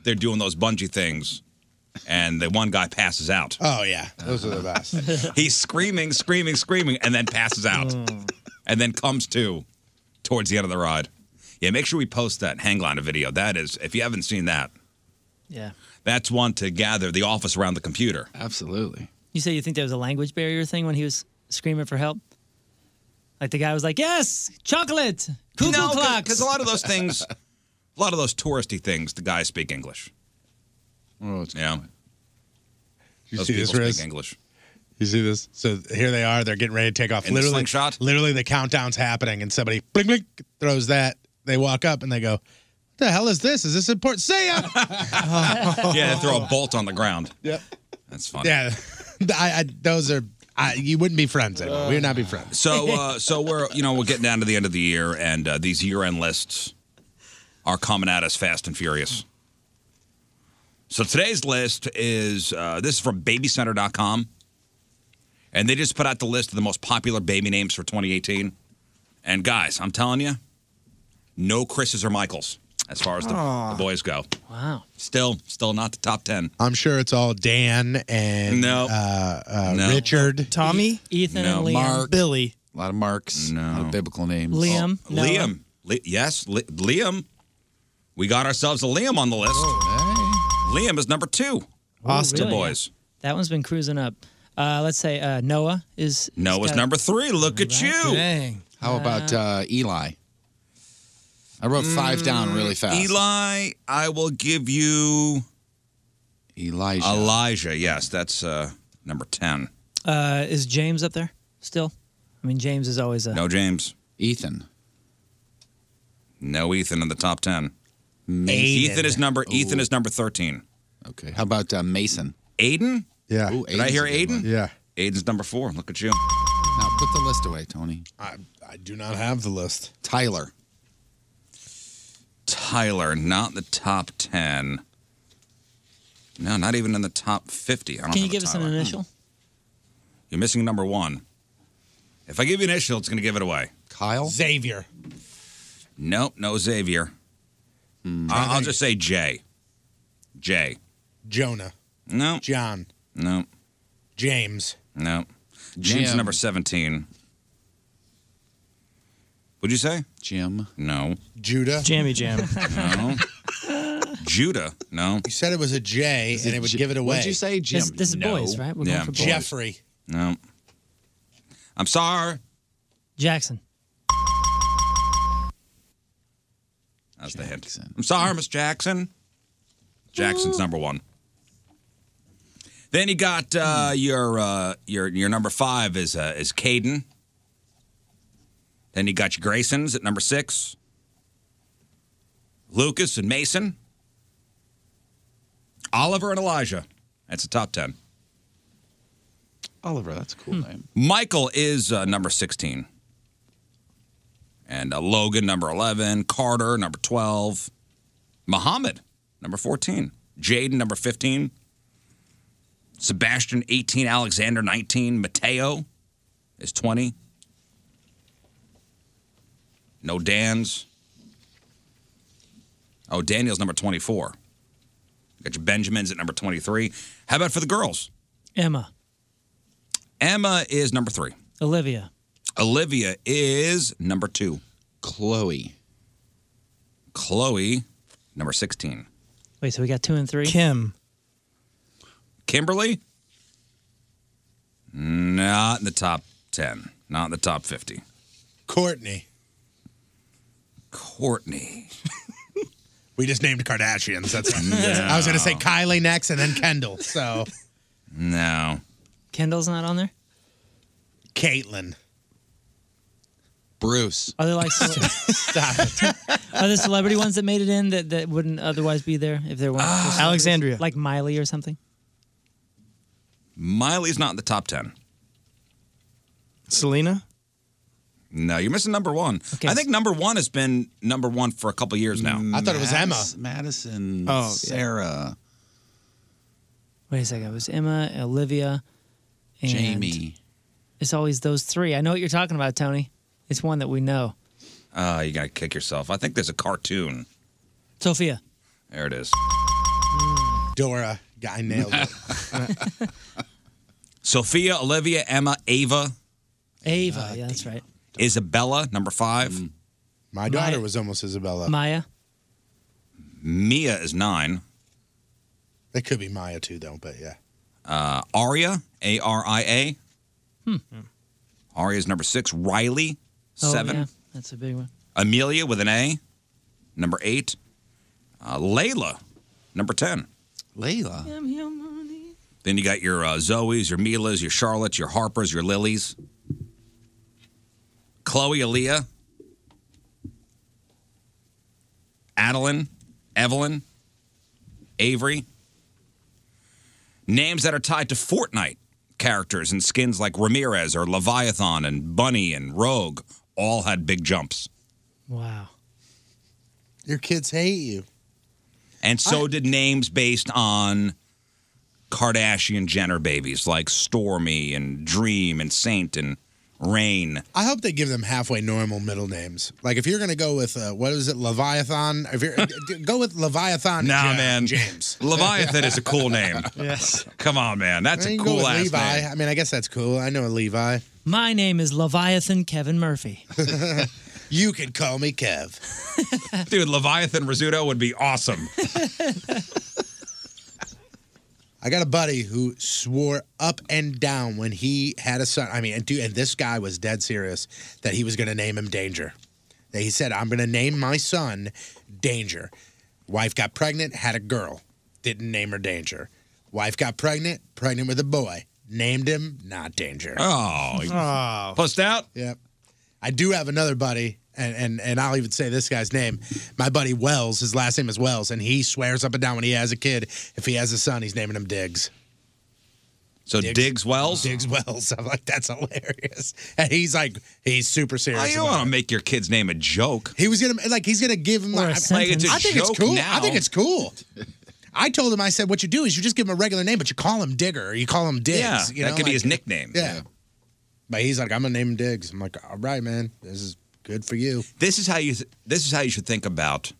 Speaker 6: they're doing those bungee things, and the one guy passes out.
Speaker 9: Oh yeah, those are the best.
Speaker 6: He's screaming, screaming, screaming, and then passes out,
Speaker 9: Mm.
Speaker 6: and then comes to towards the end of the ride. Yeah, make sure we post that hang glider video. That is, if you haven't seen that,
Speaker 7: yeah.
Speaker 6: that's one to gather the office around the computer.
Speaker 10: Absolutely.
Speaker 7: You say you think there was a language barrier thing when he was screaming for help? Like the guy was like, "Yes, chocolate, cuckoo
Speaker 6: no,
Speaker 7: clocks."
Speaker 6: because a lot of those things, a lot of those touristy things, the guys speak English.
Speaker 10: Oh, it's
Speaker 6: yeah.
Speaker 9: You
Speaker 6: those
Speaker 9: see
Speaker 6: people
Speaker 9: this,
Speaker 6: speak
Speaker 9: Riz?
Speaker 6: English.
Speaker 9: You see this? So here they are. They're getting ready to take off.
Speaker 6: In the
Speaker 9: literally,
Speaker 6: slingshot?
Speaker 9: literally the countdown's happening, and somebody blink blink throws that. They walk up and they go, "What the hell is this? Is this important?" Say ya.
Speaker 6: yeah, they throw a bolt on the ground.
Speaker 9: Yep.
Speaker 6: That's funny.
Speaker 9: yeah, I, I, those are. I, you wouldn't be friends anymore. we would not be friends.
Speaker 6: So, uh, so we're you know we're getting down to the end of the year, and uh, these year-end lists are coming at us fast and furious. So today's list is uh, this is from BabyCenter.com, and they just put out the list of the most popular baby names for 2018. And guys, I'm telling you, no Chris's or Michaels as far as the,
Speaker 9: Aw.
Speaker 6: the boys go.
Speaker 7: Wow.
Speaker 6: Still, still not the top ten.
Speaker 9: I'm sure it's all Dan and
Speaker 6: No.
Speaker 9: uh, uh,
Speaker 6: No. E-,
Speaker 9: Richard,
Speaker 7: Tommy, Ethan,
Speaker 6: No.
Speaker 7: and Liam,
Speaker 6: Mark.
Speaker 7: Billy,
Speaker 10: A lot of marks. No. A lot of biblical names.
Speaker 7: Liam,
Speaker 6: Oh, Liam. Li- yes, Li- Liam. We got ourselves a Liam on the list. Liam is number two.
Speaker 7: Oh, really?
Speaker 6: Boys.
Speaker 7: That one's been cruising up. Uh, let's say uh, Noah is.
Speaker 6: Noah's
Speaker 7: got-
Speaker 6: number three. Look at you.
Speaker 7: Dang.
Speaker 10: How about uh, Eli? I wrote
Speaker 6: Mm,
Speaker 10: five down really fast.
Speaker 6: Eli, I will give you
Speaker 10: Elijah.
Speaker 6: Elijah, yes, that's uh, number ten.
Speaker 7: Uh, is James up there still? I mean, James is always a.
Speaker 6: No James.
Speaker 10: Ethan.
Speaker 6: No Ethan in the top ten.
Speaker 10: Mason.
Speaker 6: Ethan is number Ethan
Speaker 10: Ooh.
Speaker 6: is number thirteen.
Speaker 10: Okay. How about uh, Mason?
Speaker 6: Aiden?
Speaker 9: Yeah.
Speaker 10: Ooh,
Speaker 6: Did I
Speaker 10: Aiden's
Speaker 6: hear
Speaker 10: a good
Speaker 6: Aiden?
Speaker 10: one.
Speaker 9: Yeah.
Speaker 6: Aiden's number four. Look at you.
Speaker 10: Now put the list away, Tony.
Speaker 9: I, I do not have the list.
Speaker 10: Tyler.
Speaker 6: Tyler, not in the top ten. No, not even in the top fifty. I don't
Speaker 7: Can
Speaker 6: have
Speaker 7: you
Speaker 6: a
Speaker 7: give us an
Speaker 6: Tyler.
Speaker 7: initial?
Speaker 6: You're missing number one. If I give you an initial, it's going to give it away.
Speaker 10: Kyle?
Speaker 18: Xavier.
Speaker 6: Nope, no Xavier. I- I'll just say Jay. Jay.
Speaker 18: Jonah.
Speaker 6: No.
Speaker 18: John.
Speaker 6: No.
Speaker 18: James.
Speaker 6: No. James
Speaker 18: Jim.
Speaker 6: number 17. What'd you say?
Speaker 10: Jim.
Speaker 6: No.
Speaker 9: Judah.
Speaker 6: Jammy Jam. no. Judah. No.
Speaker 9: You said it was a J
Speaker 18: and it would give it away.
Speaker 6: what'd you say, Jim? This- this is No. boys, right? We're going for boys.
Speaker 18: Jeffrey.
Speaker 6: No. I'm sorry.
Speaker 7: Jackson.
Speaker 6: That's the hint. I'm sorry, Miss Jackson. Jackson's number one. Then you got uh,
Speaker 10: Hmm.
Speaker 6: your uh, your your number five is uh, is Caden. Then you got your Graysons at number six. Lucas and Mason. Oliver and Elijah. That's the top ten.
Speaker 10: Oliver, that's a cool name.
Speaker 6: Michael is uh, number 16. And uh, Logan, number 11. Carter, number 12. Muhammad, number 14. Jaden, number 15. Sebastian, 18. Alexander, 19. Mateo is 20. No Dan's. Oh, Daniel's number 24. Got your Benjamins at number 23. How about for the girls?
Speaker 7: Emma.
Speaker 6: Emma is number three.
Speaker 7: Olivia.
Speaker 6: Olivia is number two.
Speaker 10: Chloe.
Speaker 6: Chloe, number 16.
Speaker 7: Wait, so we got two and three? Kim.
Speaker 6: Kimberly, not in the top 10, not in the top 50.
Speaker 18: Courtney.
Speaker 6: Courtney.
Speaker 18: we just named Kardashians. That's
Speaker 6: No.
Speaker 18: I was going to say Kylie next and then Kendall. So
Speaker 6: No.
Speaker 7: Kendall's not on there?
Speaker 18: Caitlin.
Speaker 10: Bruce.
Speaker 7: Are there like stop
Speaker 18: it?
Speaker 7: Are there celebrity ones that made it in that, that wouldn't otherwise be there if there weren't?
Speaker 6: Ah,
Speaker 7: for celebrities?
Speaker 22: Alexandria.
Speaker 7: like Miley or something.
Speaker 6: Miley's not in the top 10.
Speaker 22: Selena?
Speaker 6: No, you're missing number one. I think number one has been number one for a couple years now.
Speaker 18: I thought it was Emma.
Speaker 10: Madison.
Speaker 6: Oh.
Speaker 10: Sarah.
Speaker 7: Wait a second. It was Emma, Olivia, and
Speaker 10: Jamie.
Speaker 7: It's always those three. I know what you're talking about, Tony. It's one that we know.
Speaker 6: Uh, you got to kick yourself. I think there's a cartoon.
Speaker 7: Sophia.
Speaker 6: There it is.
Speaker 18: Dora. Guy nailed it.
Speaker 6: Sophia, Olivia, Emma, Ava,
Speaker 7: Ava. yeah, that's right.
Speaker 6: Isabella, number five.
Speaker 18: Mm. My
Speaker 7: daughter Maya.
Speaker 18: was almost Isabella.
Speaker 7: Maya.
Speaker 6: Mia is nine.
Speaker 18: It could be Maya too, though. But yeah.
Speaker 6: Uh, Aria, A R I A.
Speaker 7: Hmm.
Speaker 6: Aria's number six. Riley,
Speaker 7: Oh,
Speaker 6: seven.
Speaker 7: yeah. That's a big one.
Speaker 6: Amelia with an A, number eight. Uh, Layla, number 10.
Speaker 10: Layla.
Speaker 6: Then you got your uh, Zoe's, your Mila's, your Charlotte's, your Harper's, your Lily's. Chloe, Aaliyah. Adeline, Evelyn, Avery. Names that are tied to Fortnite characters and skins like Ramirez or Leviathan and Bunny and Rogue all had big jumps.
Speaker 7: Wow.
Speaker 18: Your kids hate you.
Speaker 6: And so did names based on Kardashian Jenner babies like Stormy and Dream and Saint and Rain.
Speaker 18: I hope they give them halfway normal middle names. Like if you're going to go with uh, what is it, Leviathan? If you're d- go with Leviathan.
Speaker 6: Nah,
Speaker 18: Ja-
Speaker 6: man.
Speaker 18: James.
Speaker 6: Leviathan is a cool name.
Speaker 18: Yes.
Speaker 6: Come on, man. That's
Speaker 18: I
Speaker 6: a
Speaker 18: mean, you can go
Speaker 6: cool
Speaker 18: with
Speaker 6: ass
Speaker 18: Levi.
Speaker 6: name.
Speaker 18: I mean, I guess that's cool. I know a Levi.
Speaker 7: My name is Leviathan Kevin Murphy.
Speaker 18: you can call me Kev.
Speaker 6: Dude, Leviathan Rizzuto would be awesome.
Speaker 9: I got a buddy who swore up and down when he had a son. I mean, and dude, and this guy was dead serious that he was going to name him Danger. That he said, "I'm going to name my son Danger." Wife got pregnant, had a girl, didn't name her Danger. Wife got pregnant, pregnant with a boy, named him not Danger.
Speaker 6: Oh,
Speaker 9: oh.
Speaker 6: Pussed out.
Speaker 9: Yep. I do have another buddy, and, and and I'll even say this guy's name. My buddy Wells, his last name is Wells, and he swears up and down when he has a kid, if he has a son, he's naming him Diggs.
Speaker 6: So Diggs, Wells?
Speaker 9: Diggs Wells. I'm like, that's hilarious. And he's like, he's super serious.
Speaker 6: Oh, you don't
Speaker 9: about
Speaker 6: want to make your kid's name a joke.
Speaker 9: it. He was gonna like he's gonna give him like, I-
Speaker 6: Like, it's a
Speaker 9: I think
Speaker 6: joke
Speaker 9: it's cool.
Speaker 6: now.
Speaker 9: I think it's cool. I told him, I said, what you do is you just give him a regular name, but you call him Digger or you call him Diggs.
Speaker 6: Yeah,
Speaker 9: you
Speaker 6: that
Speaker 9: know,
Speaker 6: could be
Speaker 9: like-
Speaker 6: his nickname.
Speaker 9: Yeah. But he's like, I'm gonna name him Diggs. I'm like, all right, man, this is good for you.
Speaker 6: This is how you. Th- this is how you should think about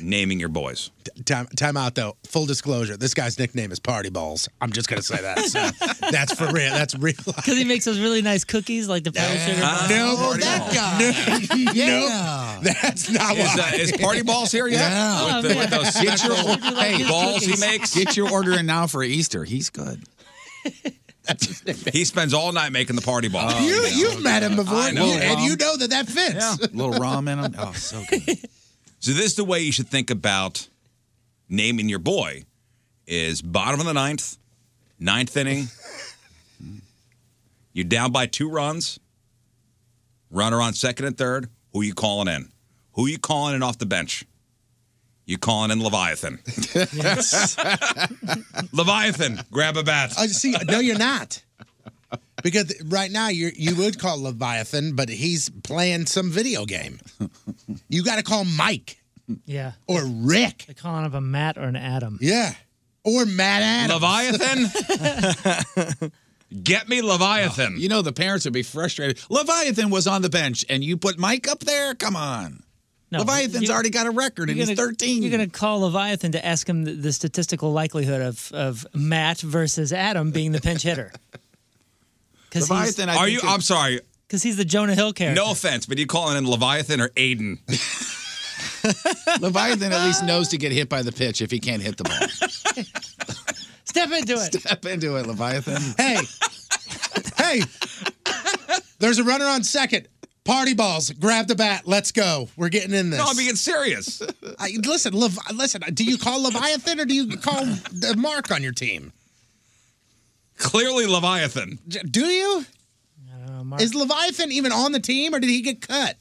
Speaker 6: naming your boys.
Speaker 9: Time, time out though. Full disclosure: this guy's nickname is Party Balls. I'm just gonna say that. So that's for real. That's real.
Speaker 7: Because he makes those really nice cookies, like the powdered sugar.
Speaker 9: Ah, no,
Speaker 10: Oh,
Speaker 9: Party that Balls. guy. No, no, that's not
Speaker 6: Is,
Speaker 9: why.
Speaker 6: uh, is Party Balls here yet?
Speaker 9: Yeah.
Speaker 6: With the- with those
Speaker 9: Get your-
Speaker 6: special
Speaker 9: Hey,
Speaker 6: balls he makes.
Speaker 22: Get your order in now for Easter. He's good.
Speaker 6: He spends all night making the party balls.
Speaker 9: you you've met him before,
Speaker 6: I know.
Speaker 9: and you know that that fits.
Speaker 6: little ramen. Oh, so good. so this is the way you should think about naming your boy: is bottom of the ninth, ninth inning. You're down by two runs. Runner on second and third. Who you calling in? Who you calling in off the bench? You calling in Leviathan? Leviathan, grab a bat.
Speaker 9: I see. No, you're not. Because right now you you would call Leviathan, but he's playing some video game. You got to call Mike
Speaker 7: Yeah.
Speaker 9: or Rick.
Speaker 7: They're calling up a Matt or an Adam.
Speaker 9: Yeah. Or Matt Adams.
Speaker 6: Leviathan? Get me Leviathan.
Speaker 10: Oh, you know the parents would be frustrated. Leviathan was on the bench and you put Mike up there? Come on. Leviathan's already got a record and
Speaker 7: you're
Speaker 10: he's
Speaker 7: gonna-
Speaker 10: 13.
Speaker 7: You're going to call Leviathan to ask him the, the statistical likelihood of, of Matt versus Adam being the pinch hitter. Because he's,
Speaker 6: Are you? I'm sorry.
Speaker 7: 'cause he's the Jonah Hill character.
Speaker 6: No offense, but you calling him Leviathan or Aiden?
Speaker 10: Leviathan at least knows to get hit by the pitch if he can't hit the ball.
Speaker 7: Step into it.
Speaker 10: Step into it, Leviathan.
Speaker 9: Hey. hey. There's a runner on second. Party balls. Grab the bat. Let's go. We're getting in this.
Speaker 6: No, I'm being serious.
Speaker 9: I, listen, Lev- listen. Do you call Leviathan or do you call the Mark on your team?
Speaker 6: Clearly Leviathan.
Speaker 9: J- Do you? Is Leviathan even on the team or did he get cut?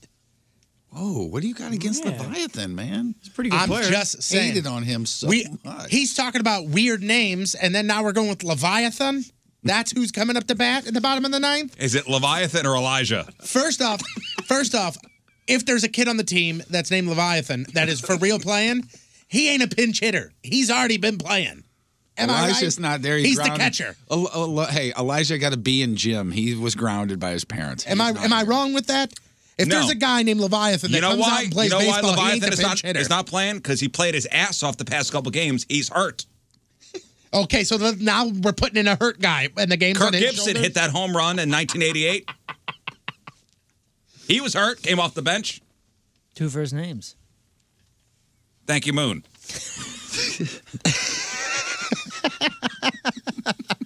Speaker 10: Whoa, what do you got against Leviathan, man? He's a
Speaker 9: pretty good I'm player. just saying.
Speaker 10: Hated on him so much.
Speaker 9: He's talking about weird names, and then now we're going with Leviathan. That's who's coming up to bat at the bottom of the ninth.
Speaker 6: Is it Leviathan or Elijah?
Speaker 9: First off, first off, if there's a kid on the team that's named Leviathan that is for real playing, he ain't a pinch hitter. He's already been playing. Am I right?
Speaker 10: Elijah's not there. He's,
Speaker 9: He's the
Speaker 10: grounded.
Speaker 9: catcher.
Speaker 10: El- El- hey, Elijah got a B in gym. He was grounded by his parents.
Speaker 9: Am I am I wrong with that? If
Speaker 6: No.
Speaker 9: there's a guy named Leviathan that
Speaker 6: You know
Speaker 9: comes out
Speaker 6: why?
Speaker 9: and
Speaker 6: You
Speaker 9: plays
Speaker 6: know why
Speaker 9: baseball, he ain't
Speaker 6: Leviathan
Speaker 9: the
Speaker 6: is
Speaker 9: pinch
Speaker 6: not,
Speaker 9: hitter.
Speaker 6: is not playing? Because he played his ass off the past couple games. He's hurt.
Speaker 9: okay, so the, now we're putting in a hurt guy, and the game's
Speaker 6: Kirk
Speaker 9: on his
Speaker 6: Gibson
Speaker 9: shoulders.
Speaker 6: hit that home run in 1988. he was hurt, came off the bench.
Speaker 7: Two for his names.
Speaker 6: Thank you, Moon.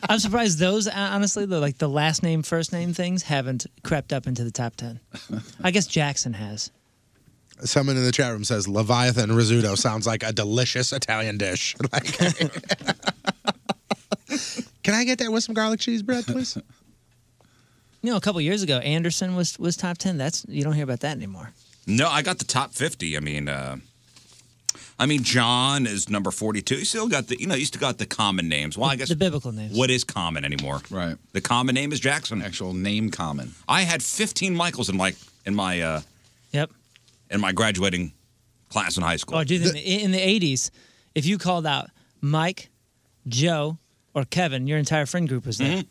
Speaker 7: I'm surprised those, uh, honestly, though, like the last name, first name things haven't crept up into the top 10. I guess Jackson has.
Speaker 9: Someone in the chat room says Leviathan Rizzuto sounds like a delicious Italian dish. Like, can I get that with some garlic cheese bread, please?
Speaker 7: You know, a couple years ago, Anderson was was top 10. That's You don't hear about that anymore.
Speaker 6: No, I got the top 50. I mean, uh, I mean, John is number 42. You still got the, you know, you still got the common names. Well, I guess
Speaker 7: The biblical names.
Speaker 6: what is common anymore? Right. The common name is Jackson.
Speaker 10: Actual name common.
Speaker 6: I had 15 Michaels in my in my uh,
Speaker 7: Yep.
Speaker 6: in my graduating class in high school.
Speaker 7: Oh, I do think in the 80s, if you called out Mike, Joe, or Kevin, your entire friend group was there.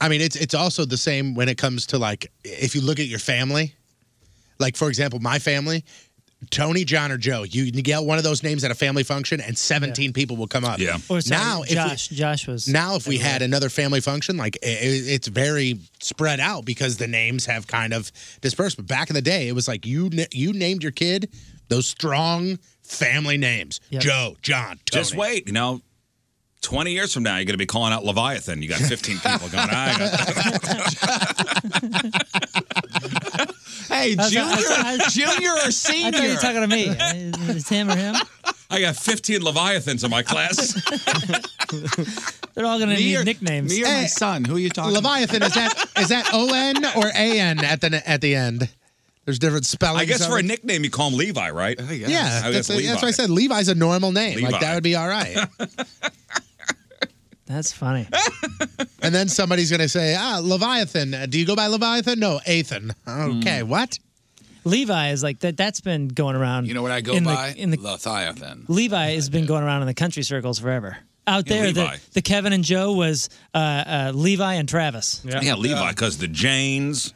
Speaker 9: I mean, it's it's also the same when it comes to like if you look at your family, like for example, my family, Tony, John, or Joe. You yell one of those names at a family function, and seventeen people will come up. Yeah.
Speaker 7: Or sorry,
Speaker 9: now, if we-
Speaker 7: Josh. Josh was.
Speaker 9: now if we had another family function, like i i it's very spread out because the names have kind of dispersed. But back in the day, it was like you na- you named your kid those strong family names: Joe, John, Oh, Tony.
Speaker 6: Just wait, you know. 20 years from now, you're going to be calling out Leviathan. You got 15 people going, I got
Speaker 7: Hey,
Speaker 6: junior- junior or
Speaker 7: I thought you were
Speaker 6: senior?
Speaker 7: talking to me. It's him or him.
Speaker 6: I got 15 Leviathans in my class.
Speaker 7: They're all gonna need nicknames.
Speaker 9: Hey,
Speaker 10: Who are you
Speaker 9: Eh, Leviathan is that is that O N or A N at the at the end? There's different spellings.
Speaker 6: I guess
Speaker 9: of
Speaker 6: for a
Speaker 9: it.
Speaker 6: nickname, you call him Levi, right?
Speaker 9: Yeah,
Speaker 6: I
Speaker 9: that's,
Speaker 6: guess Levi.
Speaker 9: that's why I said Levi's a normal name.
Speaker 6: Levi.
Speaker 9: Like that would be all right.
Speaker 7: That's funny.
Speaker 9: and then somebody's gonna say, "Ah, Leviathan. Uh, Do you go by Leviathan? No, Athan. Okay,
Speaker 7: Hmm.
Speaker 9: what?
Speaker 7: Levi is like that. That's been going around. You know
Speaker 10: what I go
Speaker 7: in
Speaker 10: by?
Speaker 7: The, in the
Speaker 10: Leviathan.
Speaker 7: Levi has been going around in the country circles forever. Out
Speaker 6: Yeah,
Speaker 7: there,
Speaker 6: Levi.
Speaker 7: the, the Kevin and Joe was uh, uh, Levi and Travis.
Speaker 6: Yeah, Levi, because the Janes,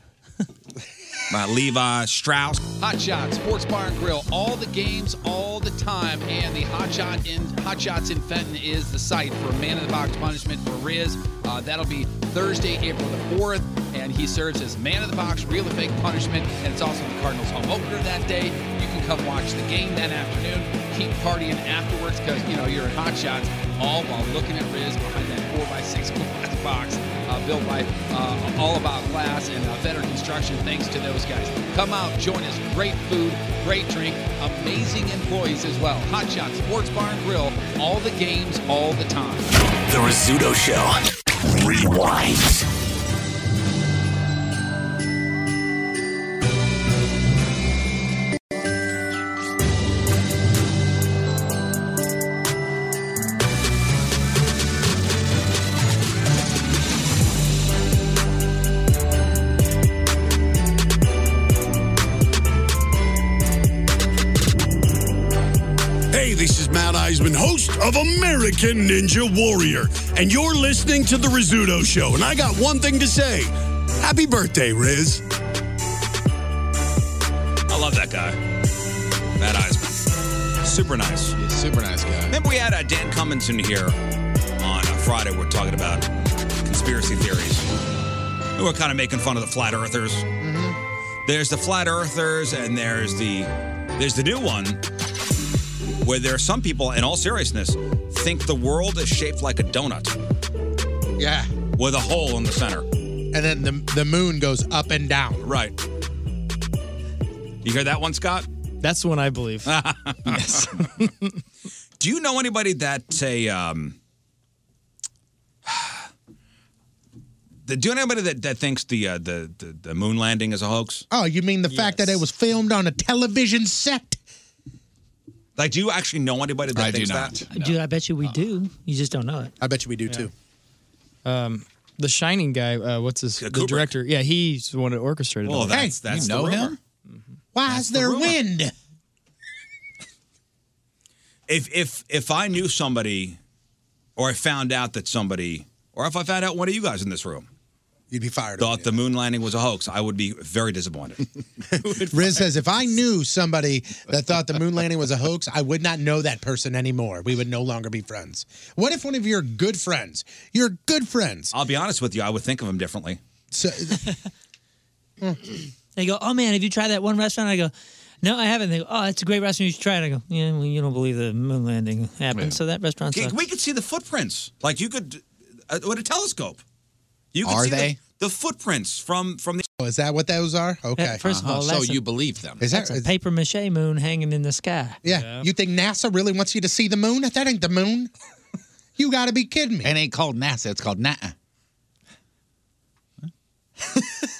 Speaker 6: my Levi Strauss.
Speaker 10: Hot Shot Sports Bar and Grill. All the games, all the time, and the Hot Shot in Hot Shots in Fenton is the site for man in the box punishment for Riz. Uh, that'll be Thursday, April the fourth, and he serves as man in the box, real and fake punishment, and it's also the Cardinals' home opener that day. You can come watch the game that afternoon. Keep partying afterwards because you know you're in Hot Shots, all while looking at Riz behind that four by six glass box uh, built by uh, All About Glass and uh, Better Construction. Thanks to those guys. Come out, join us. Great food, great drink, amazing employees as well. Hot Shot Sports Bar and Grill. All the games, all the time.
Speaker 2: The Rizzuto Show. Rewind.
Speaker 22: Hey, this is Matt Eisman, host of American Ninja Warrior, and you're listening to The Rizzuto Show. And I got one thing to say Happy birthday, Riz.
Speaker 6: I love that guy, Matt Eisman. Super nice.
Speaker 10: super nice guy.
Speaker 6: Remember, we had uh, Dan Cummins in here on uh, Friday. We're talking about conspiracy theories. We were kind of making fun of the flat earthers.
Speaker 10: Mm-hmm.
Speaker 6: There's the flat earthers, and there's the there's the new one where there are some people, in all seriousness, think the world is shaped like a donut
Speaker 9: Yeah.
Speaker 6: with a hole in the center.
Speaker 9: And then the the moon goes up and down.
Speaker 6: Right. You hear that one, Scott?
Speaker 23: That's the one I believe.
Speaker 6: yes. Do you know anybody that a um do you know anybody that, that thinks the, uh, the the the moon landing is a hoax?
Speaker 9: Oh, you mean the fact that it was filmed on a television set?
Speaker 6: Like, do you actually know anybody that
Speaker 7: I do
Speaker 6: thinks
Speaker 7: not.
Speaker 6: that?
Speaker 7: Dude, I bet you we do. You just don't know it.
Speaker 9: I bet you we do
Speaker 23: too. Um, the Shining guy. Uh, what's his? the director. Yeah, he's the one that orchestrated.
Speaker 9: Well,
Speaker 23: all that.
Speaker 9: that's- Hey, that's you the know rumor. him? Why is
Speaker 23: the
Speaker 9: there
Speaker 23: rumor.
Speaker 9: wind?
Speaker 6: If if if I knew somebody, or I found out that somebody, or if I found out one of you guys in this room,
Speaker 9: you'd be fired.
Speaker 6: Thought the moon landing was a hoax, I would be very disappointed.
Speaker 9: Riz says, if I knew somebody that thought the moon landing was a hoax, I would not know that person anymore. We would no longer be friends. What if one of your good friends, your good friends,
Speaker 6: I'll be honest with you, I would think of him differently.
Speaker 9: so,
Speaker 7: They go, "Oh man, have you tried that one restaurant?" I go, "No, I haven't." They go, "Oh, it's a great restaurant. You should try it." I go, "Yeah, well, you don't believe the moon landing happened, so that restaurant."
Speaker 6: Yeah, we could see the footprints. Like you could uh, with a telescope. You could
Speaker 9: Are
Speaker 6: see the-
Speaker 9: they?
Speaker 6: the, footprints from from the
Speaker 9: oh, is that what those are? Okay.
Speaker 7: first
Speaker 10: Uh-huh.
Speaker 7: of all, that's a-
Speaker 9: Is that
Speaker 7: that's a paper mache moon hanging in the sky?
Speaker 9: Yeah. You think NASA really wants you to see the moon? That ain't the moon. You got to be kidding me.
Speaker 10: It ain't called NASA. It's called NASA.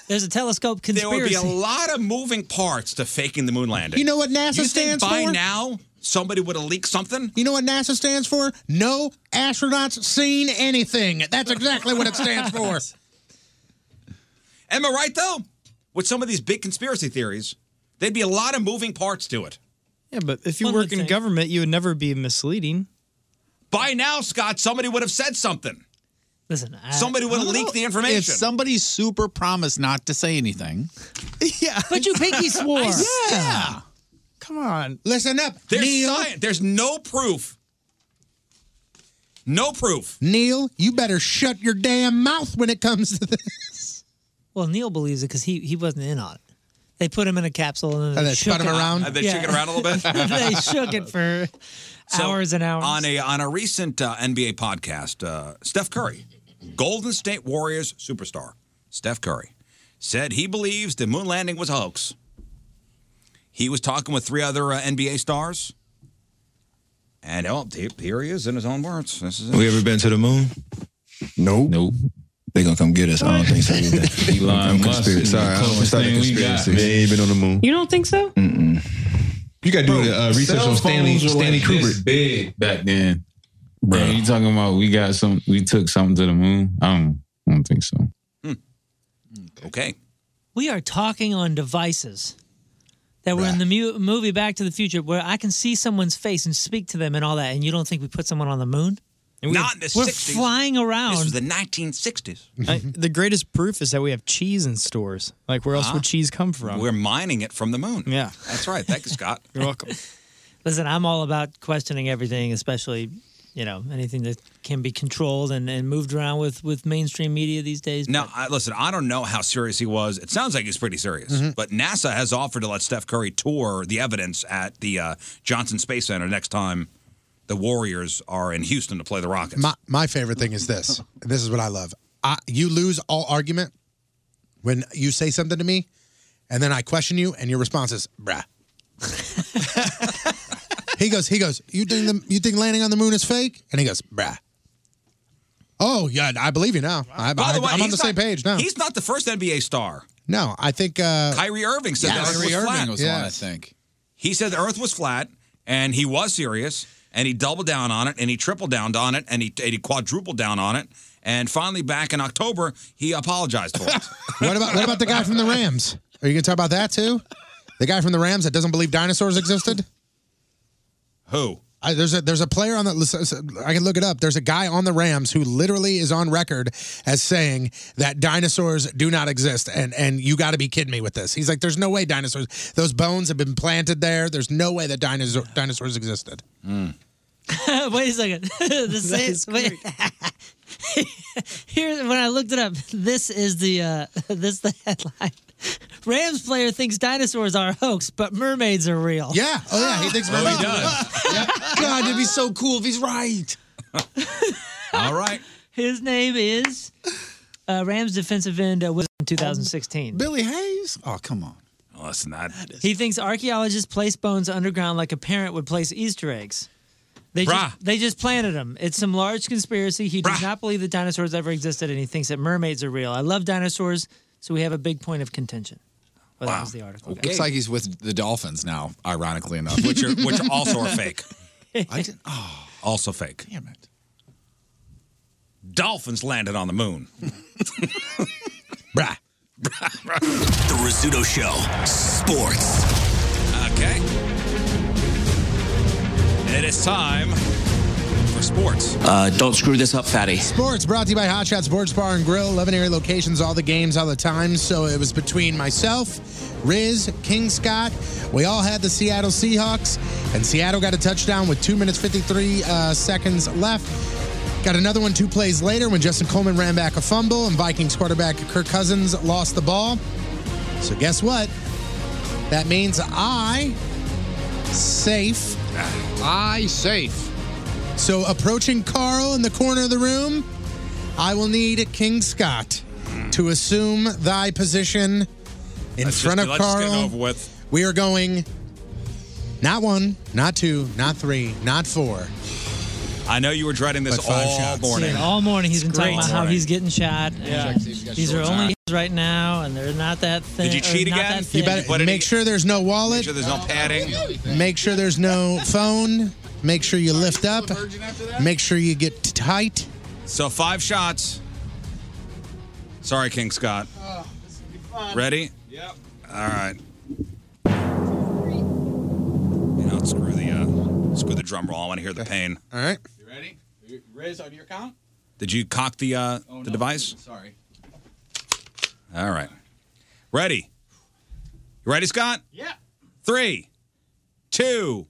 Speaker 7: There's a telescope
Speaker 6: There
Speaker 7: conspiracy.
Speaker 6: would be a lot of moving parts to faking the moon landing.
Speaker 9: You know what NASA
Speaker 6: You think
Speaker 9: stands
Speaker 6: by
Speaker 9: for?
Speaker 6: now somebody would have leaked something?
Speaker 9: You know what NASA stands for? No astronauts seen anything. That's exactly what it stands for.
Speaker 6: Am I right though? With some of these big conspiracy theories, there'd be a lot of moving parts to it.
Speaker 23: Yeah, but if you work in government, you would never be misleading.
Speaker 6: By now, Scott, somebody would have said something.
Speaker 7: Listen,
Speaker 6: Somebody would have leaked the information.
Speaker 10: If somebody super promised not to say anything,
Speaker 23: yeah.
Speaker 7: But you pinky swore.
Speaker 10: yeah.
Speaker 23: Come on.
Speaker 9: Listen up.
Speaker 6: There's science. There's no proof. No proof.
Speaker 9: Neil, you better shut your damn mouth when it comes to this.
Speaker 7: Well, Neil believes it because he he wasn't in on it. They put him in a capsule and, then
Speaker 9: And they
Speaker 7: shook
Speaker 9: spun him
Speaker 7: it.
Speaker 9: around?
Speaker 6: Uh, they shook it around a little bit?
Speaker 7: they shook it for
Speaker 6: So,
Speaker 7: hours and hours.
Speaker 6: On a on a recent uh, NBA podcast, uh, Steph Curry, Golden State Warriors superstar, Steph Curry, said he believes the moon landing was a hoax. He was talking with three other uh, NBA stars, and oh, he- here he is in his own words. This is it.
Speaker 1: We ever been to the moon? Nope. Nope. They gonna come get us. I don't think so. Either.
Speaker 24: Elon
Speaker 1: I'm
Speaker 24: Musk
Speaker 1: conspiracy.
Speaker 24: is the
Speaker 1: Sorry, I don't wanna
Speaker 24: closest
Speaker 1: start a
Speaker 24: thing we got,
Speaker 1: conspiracy.
Speaker 24: man.
Speaker 1: They ain't been on the moon.
Speaker 25: You don't think so?
Speaker 24: You got to do the uh, research
Speaker 1: cell
Speaker 24: on Stanley
Speaker 1: phones were
Speaker 24: Stanley
Speaker 1: like this
Speaker 24: Kubrick. Big back then. Bro, you talking about we got some? We took something to the moon? I don't, I don't think so.
Speaker 6: Okay.
Speaker 7: We are talking on devices that were in the mu- movie Back to the Future, where I can see someone's face and speak to them and all that. And you don't think we put someone on the moon?
Speaker 22: And we- Not in the
Speaker 7: We're
Speaker 22: 60s.
Speaker 7: flying around.
Speaker 22: This was
Speaker 6: the 1960s.
Speaker 22: I, the greatest proof is that we have cheese in stores. Like, where else
Speaker 6: Huh?
Speaker 22: would cheese come from?
Speaker 6: We're mining it from the moon.
Speaker 22: Yeah.
Speaker 6: That's right. Thank you, Scott.
Speaker 22: You're welcome.
Speaker 7: Listen, I'm all about questioning everything, especially you know anything that can be controlled and, and moved around with with mainstream media these days.
Speaker 6: Now, I, listen, I don't know how serious he was. It sounds like he's pretty serious.
Speaker 9: Mm-hmm.
Speaker 7: Mhm.
Speaker 6: But NASA has offered to let Steph Curry tour the evidence at the uh, Johnson Space Center next time the Warriors are in Houston to play the Rockets.
Speaker 9: My my favorite thing is this. This is what I love. I, you lose all argument when you say something to me, and then I question you, and your response is "bruh." he goes. He goes. You think the you think landing on the moon is fake? And he goes "bruh." Oh yeah, I believe you now. I,
Speaker 6: By the way,
Speaker 9: am on the
Speaker 6: he's
Speaker 9: same
Speaker 6: not-
Speaker 9: page now.
Speaker 6: He's not the first NBA star.
Speaker 9: No, I think uh,
Speaker 6: Kyrie Irving said
Speaker 9: yes.
Speaker 6: the Earth
Speaker 9: Kyrie
Speaker 6: was
Speaker 9: Irving
Speaker 6: flat.
Speaker 9: was on, I Yes.
Speaker 6: think. He said the Earth was flat, and he was serious, and he doubled down on it, and he tripled down on it, and he, and he quadrupled down on it. And finally, back in October, he apologized for it.
Speaker 9: What about what about the guy from the Rams? Are you gonna talk about that too? The guy from the Rams that doesn't believe dinosaurs existed.
Speaker 6: Who?
Speaker 9: I, there's a there's a player on the listen, listen, I can look it up. There's a guy on the Rams who literally is on record as saying that dinosaurs do not exist, and and you got to be kidding me with this. He's like, there's no way dinosaurs. Those bones have been planted there. There's no way that dinosaur, dinosaurs existed.
Speaker 7: wait a second. the same, wait. Here, when I looked it up, this is the uh, this is the headline. Rams player thinks dinosaurs are a hoax, but mermaids are real.
Speaker 9: Yeah. Oh yeah. He thinks mermaids are
Speaker 7: God, it'd be so cool if he's right.
Speaker 6: All right.
Speaker 7: His name is uh, Rams defensive end uh, was in 2016.
Speaker 9: Billy Hayes.
Speaker 6: Oh, come on. Listen, that.
Speaker 7: He thinks archaeologists place bones underground like a parent would place Easter eggs. They
Speaker 6: Bruh.
Speaker 7: just, they just planted them. It's some large conspiracy. He does not believe that dinosaurs ever existed, and he thinks that mermaids are real. I love dinosaurs, so we have a big point of contention. Well, that was the article.
Speaker 10: Looks like he's with the Dolphins now, ironically enough,
Speaker 7: Which are- which also are fake.
Speaker 10: I didn't,
Speaker 6: Also fake.
Speaker 10: Damn it.
Speaker 6: Dolphins landed on the moon.
Speaker 9: Bruh.
Speaker 2: The Rizzuto Show. Sports.
Speaker 6: Okay. It is time for sports.
Speaker 2: Uh, don't screw this up, fatty.
Speaker 9: Sports brought to you by Hot Shot Sports Bar and Grill. 11 area locations, all the games, all the time. So it was between myself, Riz, King Scott. We all had the Seattle Seahawks, and Seattle got a touchdown with 2 minutes 53 uh, seconds left. Got another one two plays later when Justin Coleman ran back a fumble, and Vikings quarterback Kirk Cousins lost the ball. So guess what? That means I safe.
Speaker 10: I safe.
Speaker 9: So approaching Carl in the corner of the room, I will need King Scott to assume thy position in
Speaker 6: Let's
Speaker 9: front
Speaker 6: just-
Speaker 9: of
Speaker 6: let's just get it
Speaker 9: Carl.
Speaker 6: over with.
Speaker 9: We are going not one, not two, not three, not four.
Speaker 6: I know you were dreading this
Speaker 9: But five
Speaker 6: all
Speaker 9: shots.
Speaker 6: morning.
Speaker 9: See,
Speaker 7: All morning he's been
Speaker 9: It's
Speaker 7: talking
Speaker 9: great.
Speaker 7: about how
Speaker 9: Morning.
Speaker 7: he's getting shot.
Speaker 9: Yeah.
Speaker 7: and
Speaker 9: He's got
Speaker 7: These are
Speaker 9: short
Speaker 7: only
Speaker 9: time.
Speaker 7: his right now, and they're not that thin.
Speaker 6: Did you
Speaker 7: or
Speaker 6: cheat
Speaker 7: not that
Speaker 6: again? You
Speaker 7: thin.
Speaker 6: better- What did
Speaker 9: Make sure there's no
Speaker 6: Make
Speaker 9: wallet.
Speaker 6: sure there's no padding.
Speaker 9: Make sure there's no phone. Make sure you lift up. Make sure you get tight.
Speaker 6: So five shots. Sorry, King Scott. Ready? Yep. All right. You know, screw the uh, screw the drum roll. I want to hear the pain.
Speaker 9: All right.
Speaker 10: You ready? Riz on your count?
Speaker 6: Did you cock the uh, the device?
Speaker 10: Sorry.
Speaker 6: All right. Ready? You ready, Scott?
Speaker 10: Yeah.
Speaker 6: Three, two,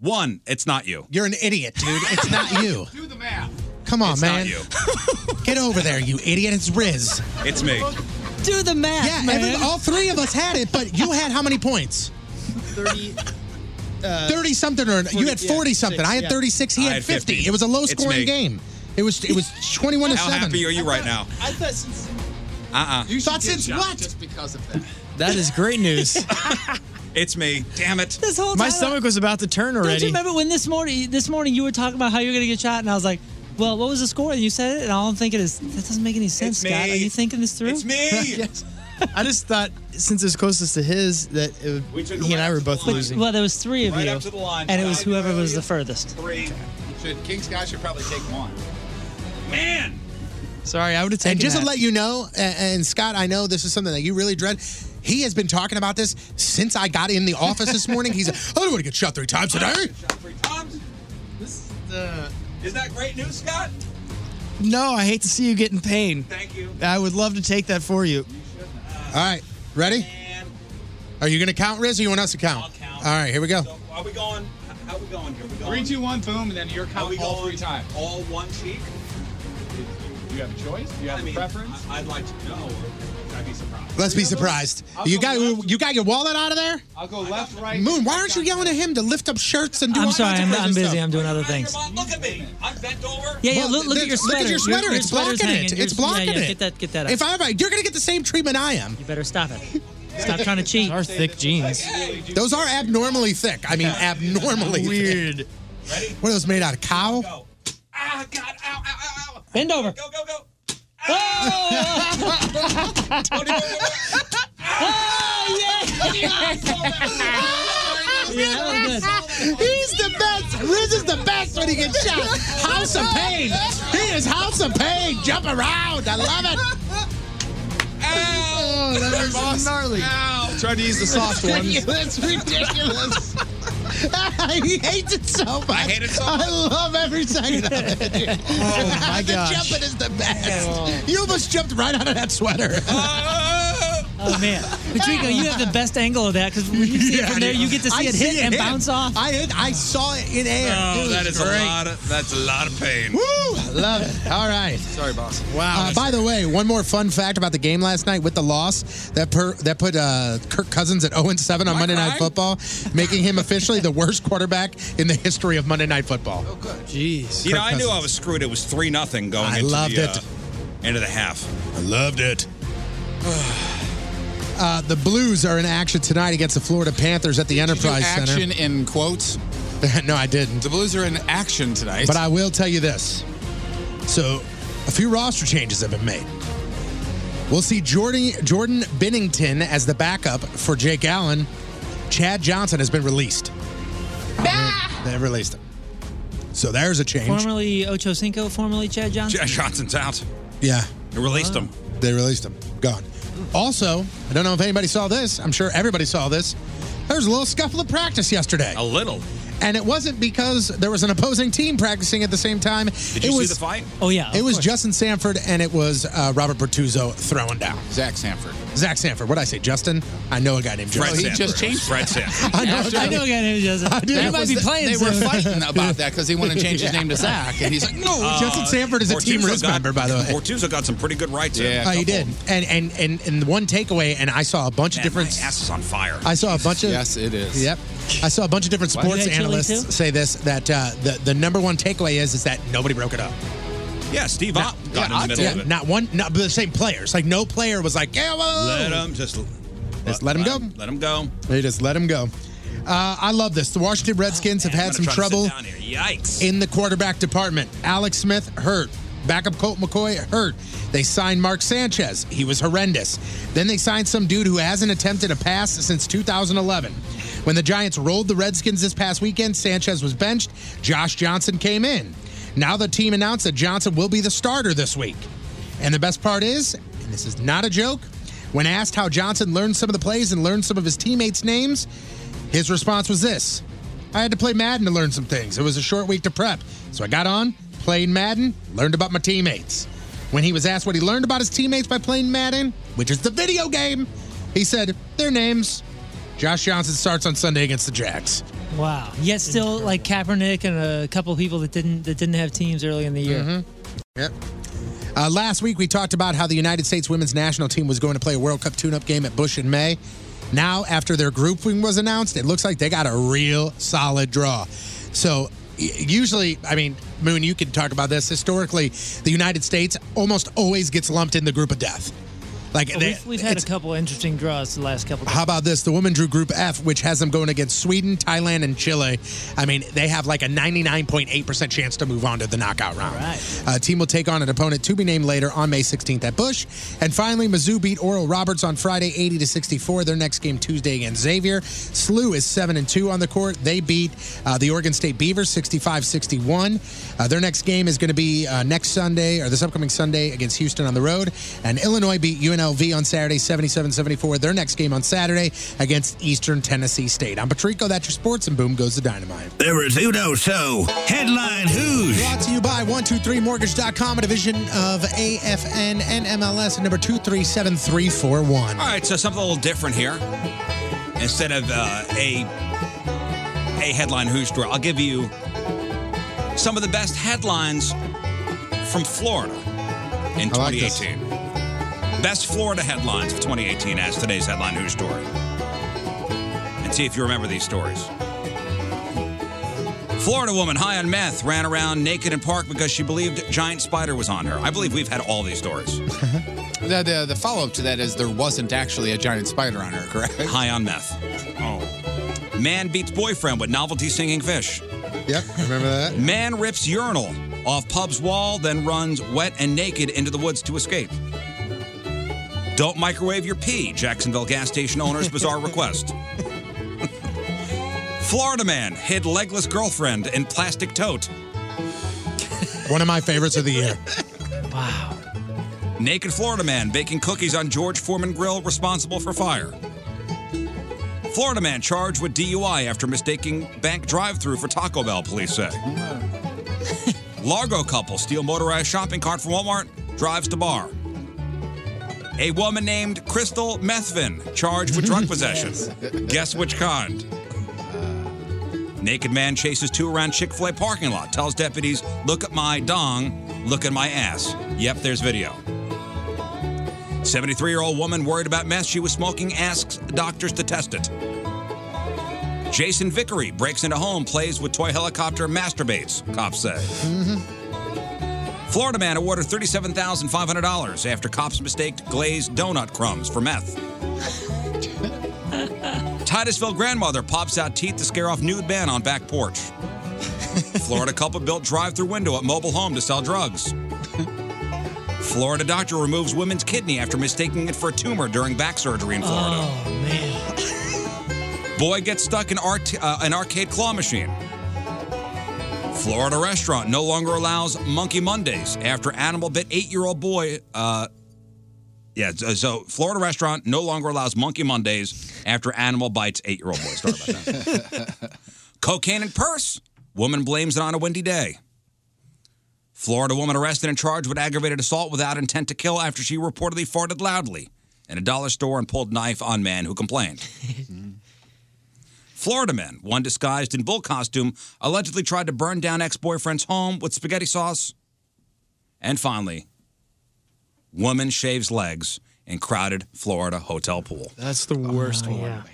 Speaker 6: one. It's not you.
Speaker 9: You're an idiot, dude. It's not you.
Speaker 10: Do the math.
Speaker 9: Come on,
Speaker 6: It's not
Speaker 9: man. Get over there, you idiot. It's Riz.
Speaker 6: It's me.
Speaker 7: Do the math,
Speaker 9: Yeah,
Speaker 7: man.
Speaker 9: every- all three of us had it, but you had how many points?
Speaker 22: 30. Uh,
Speaker 9: 30 something or you had
Speaker 22: 40,
Speaker 9: 40
Speaker 22: yeah,
Speaker 9: something.
Speaker 22: six,
Speaker 9: I had
Speaker 22: yeah.
Speaker 9: 36, he
Speaker 22: I
Speaker 9: had,
Speaker 22: had
Speaker 9: 50.
Speaker 22: 50.
Speaker 9: It was a low
Speaker 22: It's
Speaker 9: scoring
Speaker 22: me.
Speaker 9: game. It was it was 21 to
Speaker 6: How
Speaker 9: 7.
Speaker 6: happy are you right now?
Speaker 22: I thought since
Speaker 6: Uh-uh.
Speaker 10: You
Speaker 9: Thought since what?
Speaker 10: Just because of that.
Speaker 22: That is great news.
Speaker 6: It's me. Damn it.
Speaker 7: This whole time-
Speaker 22: My stomach was about to turn
Speaker 7: Don't you
Speaker 22: already.
Speaker 7: remember when this morning this morning you were talking about how you were gonna get shot and I was like, Well, what was the score? And you said it and all I'm thinking is that doesn't make any sense,
Speaker 22: me.
Speaker 7: Scott. Are you thinking this through? It's
Speaker 6: me.
Speaker 22: I just thought since it was closest to his that it would, he and I were both losing.
Speaker 7: Well, there was three of
Speaker 22: Right
Speaker 7: you,
Speaker 22: up to the line.
Speaker 7: and it was whoever was the furthest.
Speaker 6: Three.
Speaker 10: Should, King Scott should probably take one.
Speaker 6: Man.
Speaker 22: Sorry, I would have taken
Speaker 9: And just to
Speaker 22: that.
Speaker 9: let you know, a- and Scott, I know this is something that you really dread. He has been talking about this since I got in the office this morning. He's like, I don't want to get shot three times today.
Speaker 6: Is that great news, Scott?
Speaker 22: No, I hate to see you get in pain.
Speaker 6: Thank you.
Speaker 22: I would love to take that for you.
Speaker 9: All right, ready? Are you going to count, Riz, or you want us to count? All right, here we go.
Speaker 6: Are we going? How are we going here? We going
Speaker 10: Three, two, one, boom, and then you're counting all three times.
Speaker 6: all one cheek?
Speaker 10: Do you have a choice? Do you have a preference?
Speaker 6: I'd like to know. I'd be surprised.
Speaker 9: Let's be surprised. You got you got your wallet out of there?
Speaker 10: I'll go left, right.
Speaker 9: Moon, why aren't you yelling at him to lift up shirts and do
Speaker 7: I'm
Speaker 9: all
Speaker 7: sorry,
Speaker 9: kinds of
Speaker 7: I'm, I'm busy.
Speaker 9: crazy stuff?
Speaker 7: I'm doing other things.
Speaker 6: Look at me. I'm bent over.
Speaker 7: Yeah, yeah.
Speaker 9: Well,
Speaker 7: Look, look at
Speaker 9: th-
Speaker 7: your sweater.
Speaker 9: Look at your sweater. it's
Speaker 7: sweater's
Speaker 9: blocking
Speaker 7: hanging.
Speaker 9: it.
Speaker 7: Your-
Speaker 9: It's blocking
Speaker 7: yeah, yeah,
Speaker 9: it.
Speaker 7: Get that. Get that. Out.
Speaker 9: If I ever, you're gonna get the same treatment I am.
Speaker 7: You better stop it. Stop trying to cheat. Our thick jeans.
Speaker 9: Those are abnormally thick. I mean, abnormally
Speaker 22: weird.
Speaker 9: What are those made out of? Cow?
Speaker 6: Ah,
Speaker 7: Bend over. Go
Speaker 6: go go.
Speaker 7: Oh! Oh,
Speaker 9: He's the best. Riz is the best when he gets shot. House of Pain. He is House of Pain. Jump around. I love it.
Speaker 17: Oh,
Speaker 9: that was gnarly.
Speaker 17: Tried to use the soft one.
Speaker 9: That's ridiculous. he hates it so much. I hate it so much. I love every second of it.
Speaker 17: Oh, my
Speaker 9: the
Speaker 17: gosh.
Speaker 9: jumping is the best. You almost jumped right out of that sweater.
Speaker 7: Oh man, Patrico, you have the best angle of that because when you see it from there, you get to see
Speaker 9: I
Speaker 7: it hit and bounce off.
Speaker 9: I hit, I saw it in air. It
Speaker 6: Oh,
Speaker 9: was
Speaker 6: that is
Speaker 9: great.
Speaker 6: a lot. Of, that's a lot of pain.
Speaker 9: Woo! Love it. All right.
Speaker 6: Sorry, boss.
Speaker 9: Wow. by the way, one more fun fact about the game last night with the loss that per, that put uh, Kirk Cousins at 0 and 7 on Monday Night Football, making him officially the worst quarterback in the history of Monday Night Football.
Speaker 22: Jeez.
Speaker 6: You know, I
Speaker 9: Kirk
Speaker 6: knew I
Speaker 9: Cousins.
Speaker 6: was screwed. It was three nothing going
Speaker 9: I
Speaker 6: into
Speaker 9: loved
Speaker 6: the
Speaker 9: it.
Speaker 6: uh, end of the half.
Speaker 9: I loved it. Uh, the Blues are in action tonight against the Florida Panthers at the Enterprise
Speaker 10: action in quotes.
Speaker 9: Center. no, I didn't.
Speaker 10: The Blues are in action tonight.
Speaker 9: But I will tell you this. So, a few roster changes have been made. We'll see Jordan Jordan Bennington as the backup for Jake Allen. Chad Johnson has been released. They released him. So there's a change.
Speaker 7: Formerly Ocho Cinco, formerly Chad Johnson.
Speaker 6: Jack Johnson's out.
Speaker 9: Yeah.
Speaker 6: They released him.
Speaker 9: They released him. Gone. Also, I don't know if anybody saw this. I'm sure everybody saw this. There was a little scuffle at practice yesterday.
Speaker 6: A little.
Speaker 9: And it wasn't because there was an opposing team practicing at the same time.
Speaker 6: Did
Speaker 9: it
Speaker 6: you see
Speaker 9: was,
Speaker 6: the fight?
Speaker 7: Oh yeah,
Speaker 9: It was Justin Sanford and it was uh, Robert Bertuzzo throwing down.
Speaker 10: Zach Sanford.
Speaker 9: Zach Sanford. What would I say? Justin? I know a guy named
Speaker 6: Fred
Speaker 9: Justin.
Speaker 7: Oh,
Speaker 6: Sanford. Fred Sanford.
Speaker 9: I know.
Speaker 7: I know a guy named Justin.
Speaker 9: I do.
Speaker 7: He
Speaker 9: That
Speaker 7: might
Speaker 9: was
Speaker 7: be
Speaker 9: the-
Speaker 7: playing.
Speaker 10: They were
Speaker 7: soon.
Speaker 10: fighting about that because he wanted to change his
Speaker 9: Yeah.
Speaker 10: name to Zach, and he's like, "No,
Speaker 9: Uh, Justin Sanford is a Team
Speaker 6: Ortuzzo
Speaker 9: Riz
Speaker 6: got-
Speaker 9: member, by the way.
Speaker 6: Ortuzzo got some pretty good rights.
Speaker 9: Oh, he did. And and and and one takeaway, and I saw a bunch of
Speaker 6: Man,
Speaker 9: different.
Speaker 6: my ass is on fire.
Speaker 9: I saw a bunch of
Speaker 10: Yes, it is.
Speaker 9: Yep, I saw a bunch of different
Speaker 6: Why do
Speaker 9: sports
Speaker 6: they chili too?
Speaker 9: analysts say this that uh, the the number one takeaway is is that nobody broke it up.
Speaker 6: Yeah, Steve Ott got in the middle
Speaker 9: yeah,
Speaker 6: of it.
Speaker 9: Not one, not but the same players. Like no player was like, yeah, whoa.
Speaker 6: Let him just
Speaker 9: Just let him go.
Speaker 6: Let him go.
Speaker 9: They just let him go. Uh, I love this. The Washington Redskins have
Speaker 6: Man,
Speaker 9: had
Speaker 6: I'm
Speaker 9: some
Speaker 6: gonna
Speaker 9: trouble
Speaker 6: try to sit down here. Yikes.
Speaker 9: in the quarterback department. Alex Smith hurt. Backup Colt McCoy hurt. They signed Mark Sanchez. He was horrendous. Then they signed some dude who hasn't attempted a pass since 2011. When the Giants rolled the Redskins this past weekend, Sanchez was benched. Josh Johnson came in. Now the team announced that Johnson will be the starter this week. And the best part is, and this is not a joke, when asked how Johnson learned some of the plays and learned some of his teammates' names, his response was this I had to play Madden to learn some things. It was a short week to prep. So I got on, played Madden, learned about my teammates. When he was asked what he learned about his teammates by playing Madden, which is the video game, he said, Their names. Josh Johnson starts on Sunday against the Jags.
Speaker 7: Wow. Yet still Mm-hmm. like Kaepernick and a couple people that didn't that didn't have teams early in the year.
Speaker 9: Yep. Uh, last week, we talked about how the United States women's national team was going to play a World Cup tune up game at Bush in May. Now, after their grouping was announced, it looks like they got a real solid draw. So, y- usually, I mean, Moon, you can talk about this. Historically, the United States almost always gets lumped in the group of death. Like,
Speaker 7: Well,
Speaker 9: they-
Speaker 7: we've, we've had a couple interesting draws the last couple.
Speaker 9: how about this? The women drew Group F, which has them going against Sweden, Thailand, and Chile. I mean, they have like a 99.8% chance to move on to the knockout round. Uh, team will take on an opponent to be named later on May 16th at Bush. And finally, Mizzou beat Oral Roberts on Friday, 80 to 64. Their next game Tuesday against Xavier. SLU is 7 and 2 on the court. They beat uh, the Oregon State Beavers 65 61. Their next game is going to be uh, next Sunday or this upcoming Sunday against Houston on the road. And Illinois beat UNLV on Saturday 77 74. Their next game on Saturday against Eastern Tennessee State. I'm Patrico. That's your sports, and boom goes the dynamite.
Speaker 26: The Rizzuto Show. Headline Who's?
Speaker 9: Brought to you by 123mortgage.com, a division of AFN and MLS, number 237341.
Speaker 6: All right, so something a little different here. Instead of uh, a a headline who's draw, I'll give you some of the best headlines from Florida in
Speaker 9: I like this.
Speaker 6: 2018. best Florida headlines of 2018 as today's headline who's story. And see if you remember these stories. Florida woman high on meth ran around naked in park because she believed giant spider was on her. I believe we've had all these stories.
Speaker 27: The, Uh, the, the follow up to that is there wasn't actually a giant spider on her, correct?
Speaker 6: High on meth. Oh. Man beats boyfriend with novelty singing fish.
Speaker 9: Yep, remember that?
Speaker 6: Man rips urinal off pub's wall, then runs wet and naked into the woods to escape. Don't microwave your pee, Jacksonville gas station owner's bizarre request. Florida man hid legless girlfriend in plastic tote.
Speaker 9: One of my favorites of the year.
Speaker 6: Naked Florida man baking cookies on George Foreman grill responsible for fire. Florida man charged with DUI after mistaking bank drive-through for Taco Bell, police say. Largo couple steal motorized shopping cart from Walmart, drives to bar. A woman named Crystal Methvin charged with drug possession. Guess which kind? Naked man chases two around Chick fil A parking lot, tells deputies, Look at my dong, look at my ass. Yep, there's video. 73 year old woman worried about meth she was smoking asks doctors to test it. Jason Vickery breaks into home, plays with toy helicopter, masturbates, cops say. Florida man awarded $37,500 after cops mistaked glazed donut crumbs for meth. Titusville grandmother pops out teeth to scare off nude man on back porch. Florida couple built drive through window at mobile home to sell drugs. Florida doctor removes woman's kidney after mistaking it for a tumor during back surgery in Florida.
Speaker 7: Oh man.
Speaker 6: Boy gets stuck in art, uh, an arcade claw machine. Florida restaurant no longer allows Monkey Mondays after animal bit eight year old boy. Uh, yeah, so- so Florida restaurant no longer allows Monkey Mondays after animal bites eight year old boy. Sorry about that. Cocaine and purse. Woman blames it on a windy day. Florida woman arrested and charged with aggravated assault without intent to kill after she reportedly farted loudly in a dollar store and pulled knife on man who complained. Florida men, one disguised in bull costume, allegedly tried to burn down ex boyfriend's home with spaghetti sauce. And finally, woman shaves legs in crowded Florida hotel pool.
Speaker 28: That's the worst
Speaker 14: Oh,
Speaker 28: one.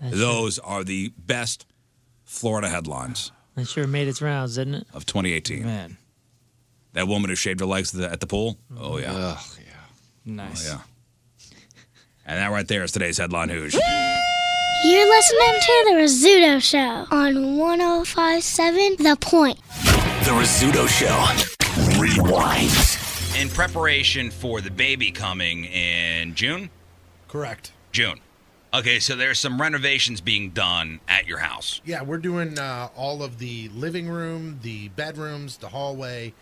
Speaker 6: Those are the best Florida headlines
Speaker 7: That sure made its rounds, didn't it?
Speaker 6: of 2018. Man. That woman who shaved her legs at the, at the pool? Oh, yeah. yeah.
Speaker 28: Nice.
Speaker 6: yeah. And that right there is today's headline Who's.
Speaker 29: You're listening to The Rizzuto Show on 1057 The Point.
Speaker 30: The Rizzuto Show. Rewind.
Speaker 31: In preparation for the baby coming in June?
Speaker 10: Correct.
Speaker 31: June. Okay, so there's some renovations being done at your house.
Speaker 10: Yeah, we're doing uh, all of the living room, the bedrooms, the hallway,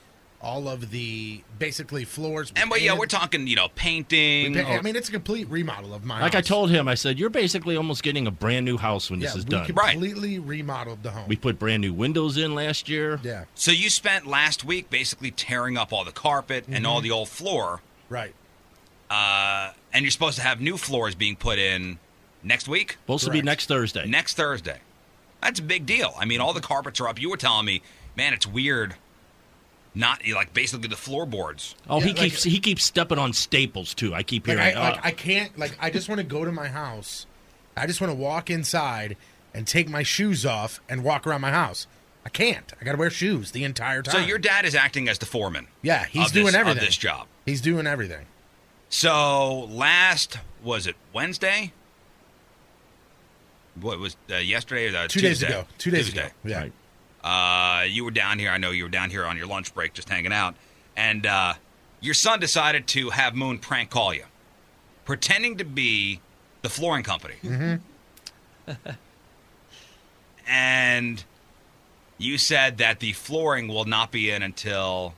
Speaker 10: all of the basically floors.
Speaker 31: And well, yeah, we're talking, you know, painting.
Speaker 10: We pa- I mean, it's a complete remodel of my
Speaker 14: Like I
Speaker 10: house.
Speaker 14: told him, I said, you're basically almost getting a brand new house when
Speaker 10: yeah,
Speaker 14: this is
Speaker 10: we
Speaker 14: done.
Speaker 10: completely remodeled the home.
Speaker 14: We put brand new windows in last year.
Speaker 10: Yeah.
Speaker 31: so you spent last week basically tearing up all the carpet and
Speaker 14: Mhm.
Speaker 31: all the old floor.
Speaker 10: Right.
Speaker 31: Uh, and you're supposed to have new floors being put in next week?
Speaker 14: Supposed to be next Thursday. Mhm.
Speaker 31: Next Thursday. That's a big deal. I mean, all the carpets are up. You were telling me, man, it's weird
Speaker 6: not like basically the floorboards.
Speaker 14: Oh, he
Speaker 6: like-
Speaker 14: keeps he keeps stepping on staples too. I keep
Speaker 6: Like,
Speaker 14: hearing.
Speaker 9: Like,
Speaker 14: uh,
Speaker 9: I, like I can't. Like I just want to go to my house. I just want to walk inside and take my shoes off and walk around my house. I can't. I got to wear shoes the entire time.
Speaker 6: So your dad is acting as the foreman.
Speaker 9: Yeah, he's
Speaker 6: of this-
Speaker 9: doing everything.
Speaker 6: Of this job.
Speaker 9: He's doing everything.
Speaker 6: So last was it Wednesday? What was uh, yesterday or the
Speaker 9: Two days
Speaker 6: Tuesday?
Speaker 9: ago. Two days ago. Yeah.
Speaker 6: Uh, you were down here. I know you were down here on your lunch break, just hanging out, and uh, your son decided to have Moon prank call you, pretending to be the flooring company,
Speaker 7: Mm-hmm.
Speaker 6: and you said that the flooring will not be in until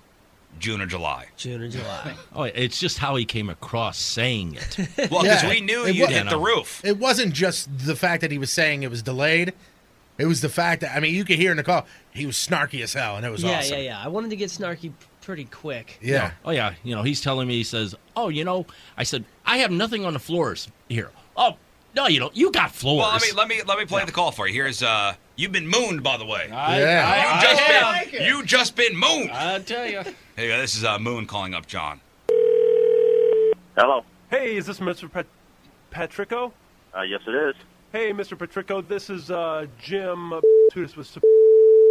Speaker 6: June or July.
Speaker 14: June or July. oh, it's just how he came across saying it.
Speaker 6: Well, because we knew
Speaker 9: It
Speaker 6: you
Speaker 9: wa-
Speaker 6: hit the roof.
Speaker 9: It wasn't just the fact that he was saying it was delayed. It was the fact that I mean, you could hear in the call he was snarky as hell, and it was
Speaker 7: yeah,
Speaker 9: awesome.
Speaker 7: yeah, yeah. I wanted to get snarky p- pretty quick.
Speaker 9: Yeah.
Speaker 14: Oh yeah. You know, he's telling me. He says, "Oh, you know," I said, "I have nothing on the floors here." Oh, no, you don't. You got floors.
Speaker 6: Well, let me let me let me play the call for you. Here's uh, you've been mooned, by the way.
Speaker 14: Yeah. I-
Speaker 6: you
Speaker 14: I
Speaker 6: just been
Speaker 14: like it.
Speaker 6: you just been mooned.
Speaker 14: I tell you.
Speaker 6: Hey, this is uh, Moon calling up John.
Speaker 13: Hello. Hey, is this Mr. Pet- Petrico? Uh, yes, it is. Hey, Mr. Petrico, this is uh, Jim uh, Tudis with. Sup-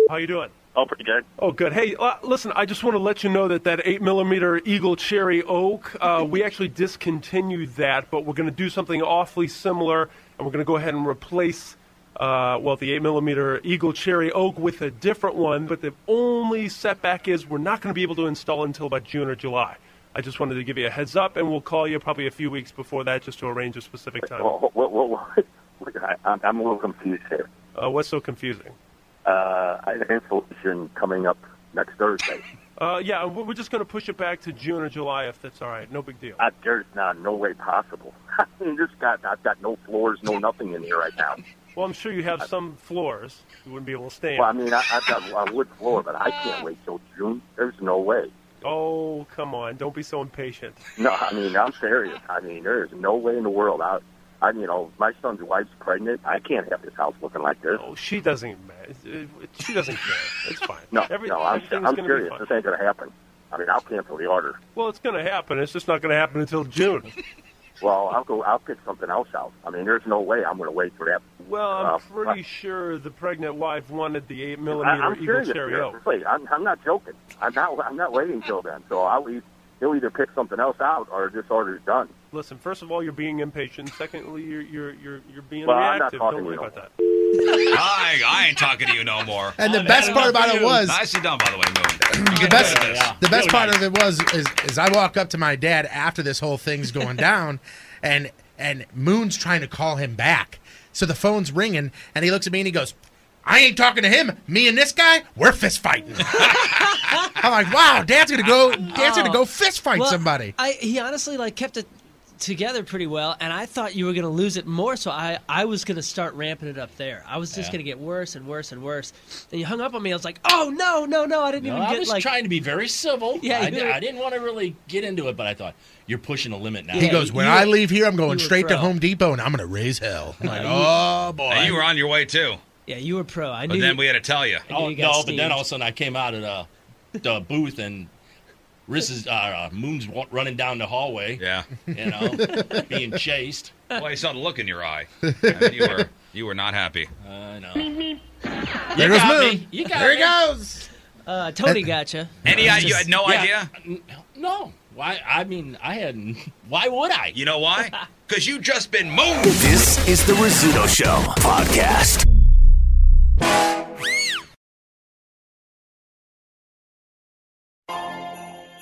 Speaker 13: How you doing?
Speaker 15: Oh, pretty good.
Speaker 13: Oh, good. Hey, uh, listen, I just want to let you know that that 8 millimeter Eagle Cherry Oak, uh, we actually discontinued that, but we're going to do something awfully similar, and we're going to go ahead and replace, uh, well, the 8 millimeter Eagle Cherry Oak with a different one, but the only setback is we're not going to be able to install until about June or July. I just wanted to give you a heads up, and we'll call you probably a few weeks before that just to arrange a specific time.
Speaker 15: Well, well, well, well, I- I'm, I'm a little confused here.
Speaker 13: Uh, what's so confusing?
Speaker 15: Uh, I have an installation coming up next Thursday.
Speaker 13: Uh, yeah, we're we're just going to push it back to June or July if that's all right. No big deal.
Speaker 15: I, Uh, there's not no way possible. I mean, this guy, I've got no floors, no nothing in here right now.
Speaker 13: Well, I'm sure you have some floors you wouldn't be able to stay
Speaker 15: Well, I
Speaker 13: in.
Speaker 15: mean, I, I've got a wood floor, but I can't wait till June. There's no way.
Speaker 13: Oh, come on. Don't be so impatient.
Speaker 15: No, I mean, I'm serious. I mean, there is no way in the world. I, I, you know, my son's wife's pregnant. I can't have this house looking like this.
Speaker 13: Oh, she doesn't even matter. She doesn't care. It's fine.
Speaker 15: No,
Speaker 13: Every-
Speaker 15: no, I'm,
Speaker 13: everything's
Speaker 15: I'm
Speaker 13: gonna be
Speaker 15: serious.
Speaker 13: fine.
Speaker 15: This ain't gonna happen. I mean, I'll cancel the order.
Speaker 13: Well, it's going to happen. It's just not going to happen until June.
Speaker 15: Well, I'll go. I'll get something else out. I mean, there's no way I'm gonna wait for that.
Speaker 13: Well, I'm
Speaker 15: Uh,
Speaker 13: pretty sure the pregnant wife wanted the 8
Speaker 15: I,
Speaker 13: millimeter
Speaker 15: I'm
Speaker 13: Eagle
Speaker 15: serious.
Speaker 13: Cherry
Speaker 15: here.
Speaker 13: Oak.
Speaker 15: Really, I'm, I'm not joking. I'm not. I'm not waiting till then. So I'll. e- He'll either pick something else out or this order's done.
Speaker 13: Listen, first of all, you're being impatient. Secondly, you're you're you're, you're being
Speaker 15: Well, I'm not
Speaker 13: reactive.
Speaker 15: talking
Speaker 13: Don't worry
Speaker 15: to you
Speaker 13: about that.
Speaker 6: I, I ain't talking to you no more.
Speaker 9: And the best
Speaker 6: had
Speaker 9: part
Speaker 6: enough
Speaker 9: about
Speaker 6: of
Speaker 9: it
Speaker 6: you.
Speaker 9: was-
Speaker 6: nicely done, by the way, Moon.
Speaker 9: The best, the best part of it was is, is I walk up to my dad after this whole thing's going down, and and Moon's trying to call him back. So the phone's ringing, and he looks at me and he goes, "I ain't talking to him. Me and this guy, we're fist fighting." I'm like, "Wow, Dad's gonna
Speaker 7: Oh,
Speaker 9: go. Dad's gonna go fist fight
Speaker 7: Well,
Speaker 9: somebody."
Speaker 7: I, he honestly like kept it together pretty well, and I thought you were going to lose it more, so I, I was going to start ramping it up there. I was just
Speaker 14: Yeah.
Speaker 7: going to get worse and worse and worse. And you hung up on me. I was like, oh no, no, no! I didn't
Speaker 14: No,
Speaker 7: even
Speaker 14: I
Speaker 7: get
Speaker 14: was
Speaker 7: like
Speaker 14: trying to be very civil.
Speaker 7: Yeah,
Speaker 14: I,
Speaker 7: you
Speaker 14: di-
Speaker 7: were-
Speaker 14: I didn't want to really get into it, but I thought you're pushing the limit now.
Speaker 9: he goes, "When I leave here, I'm going
Speaker 7: you were
Speaker 9: straight to
Speaker 7: pro.
Speaker 9: Home Depot and I'm gonna raise hell." I'm like,
Speaker 7: you-
Speaker 9: "Oh boy."
Speaker 6: And you were on your way too.
Speaker 7: Yeah, you were pro. I
Speaker 6: But
Speaker 7: knew
Speaker 6: then
Speaker 7: you-
Speaker 6: we had to tell you.
Speaker 7: I knew
Speaker 14: Oh
Speaker 7: you got
Speaker 14: no! But then
Speaker 7: steamed.
Speaker 14: all of a sudden, I came out of the, the booth and Riz is uh, uh, Moon's wa- running down the hallway.
Speaker 6: Yeah,
Speaker 14: you know, being chased.
Speaker 6: Well, you saw the look in your eye. I mean, you were you were not happy.
Speaker 14: I know.
Speaker 6: There
Speaker 7: goes
Speaker 6: got
Speaker 7: Moon.
Speaker 6: me.
Speaker 7: You got
Speaker 6: There he
Speaker 9: goes.
Speaker 7: Uh, Tony gotcha.
Speaker 6: Any
Speaker 7: It's
Speaker 6: idea? You
Speaker 7: just-
Speaker 6: had no idea.
Speaker 14: No. Why? I mean, I hadn't. Why would I?
Speaker 6: You know why? Because you just been mooned.
Speaker 2: This is the Rizzuto Show podcast.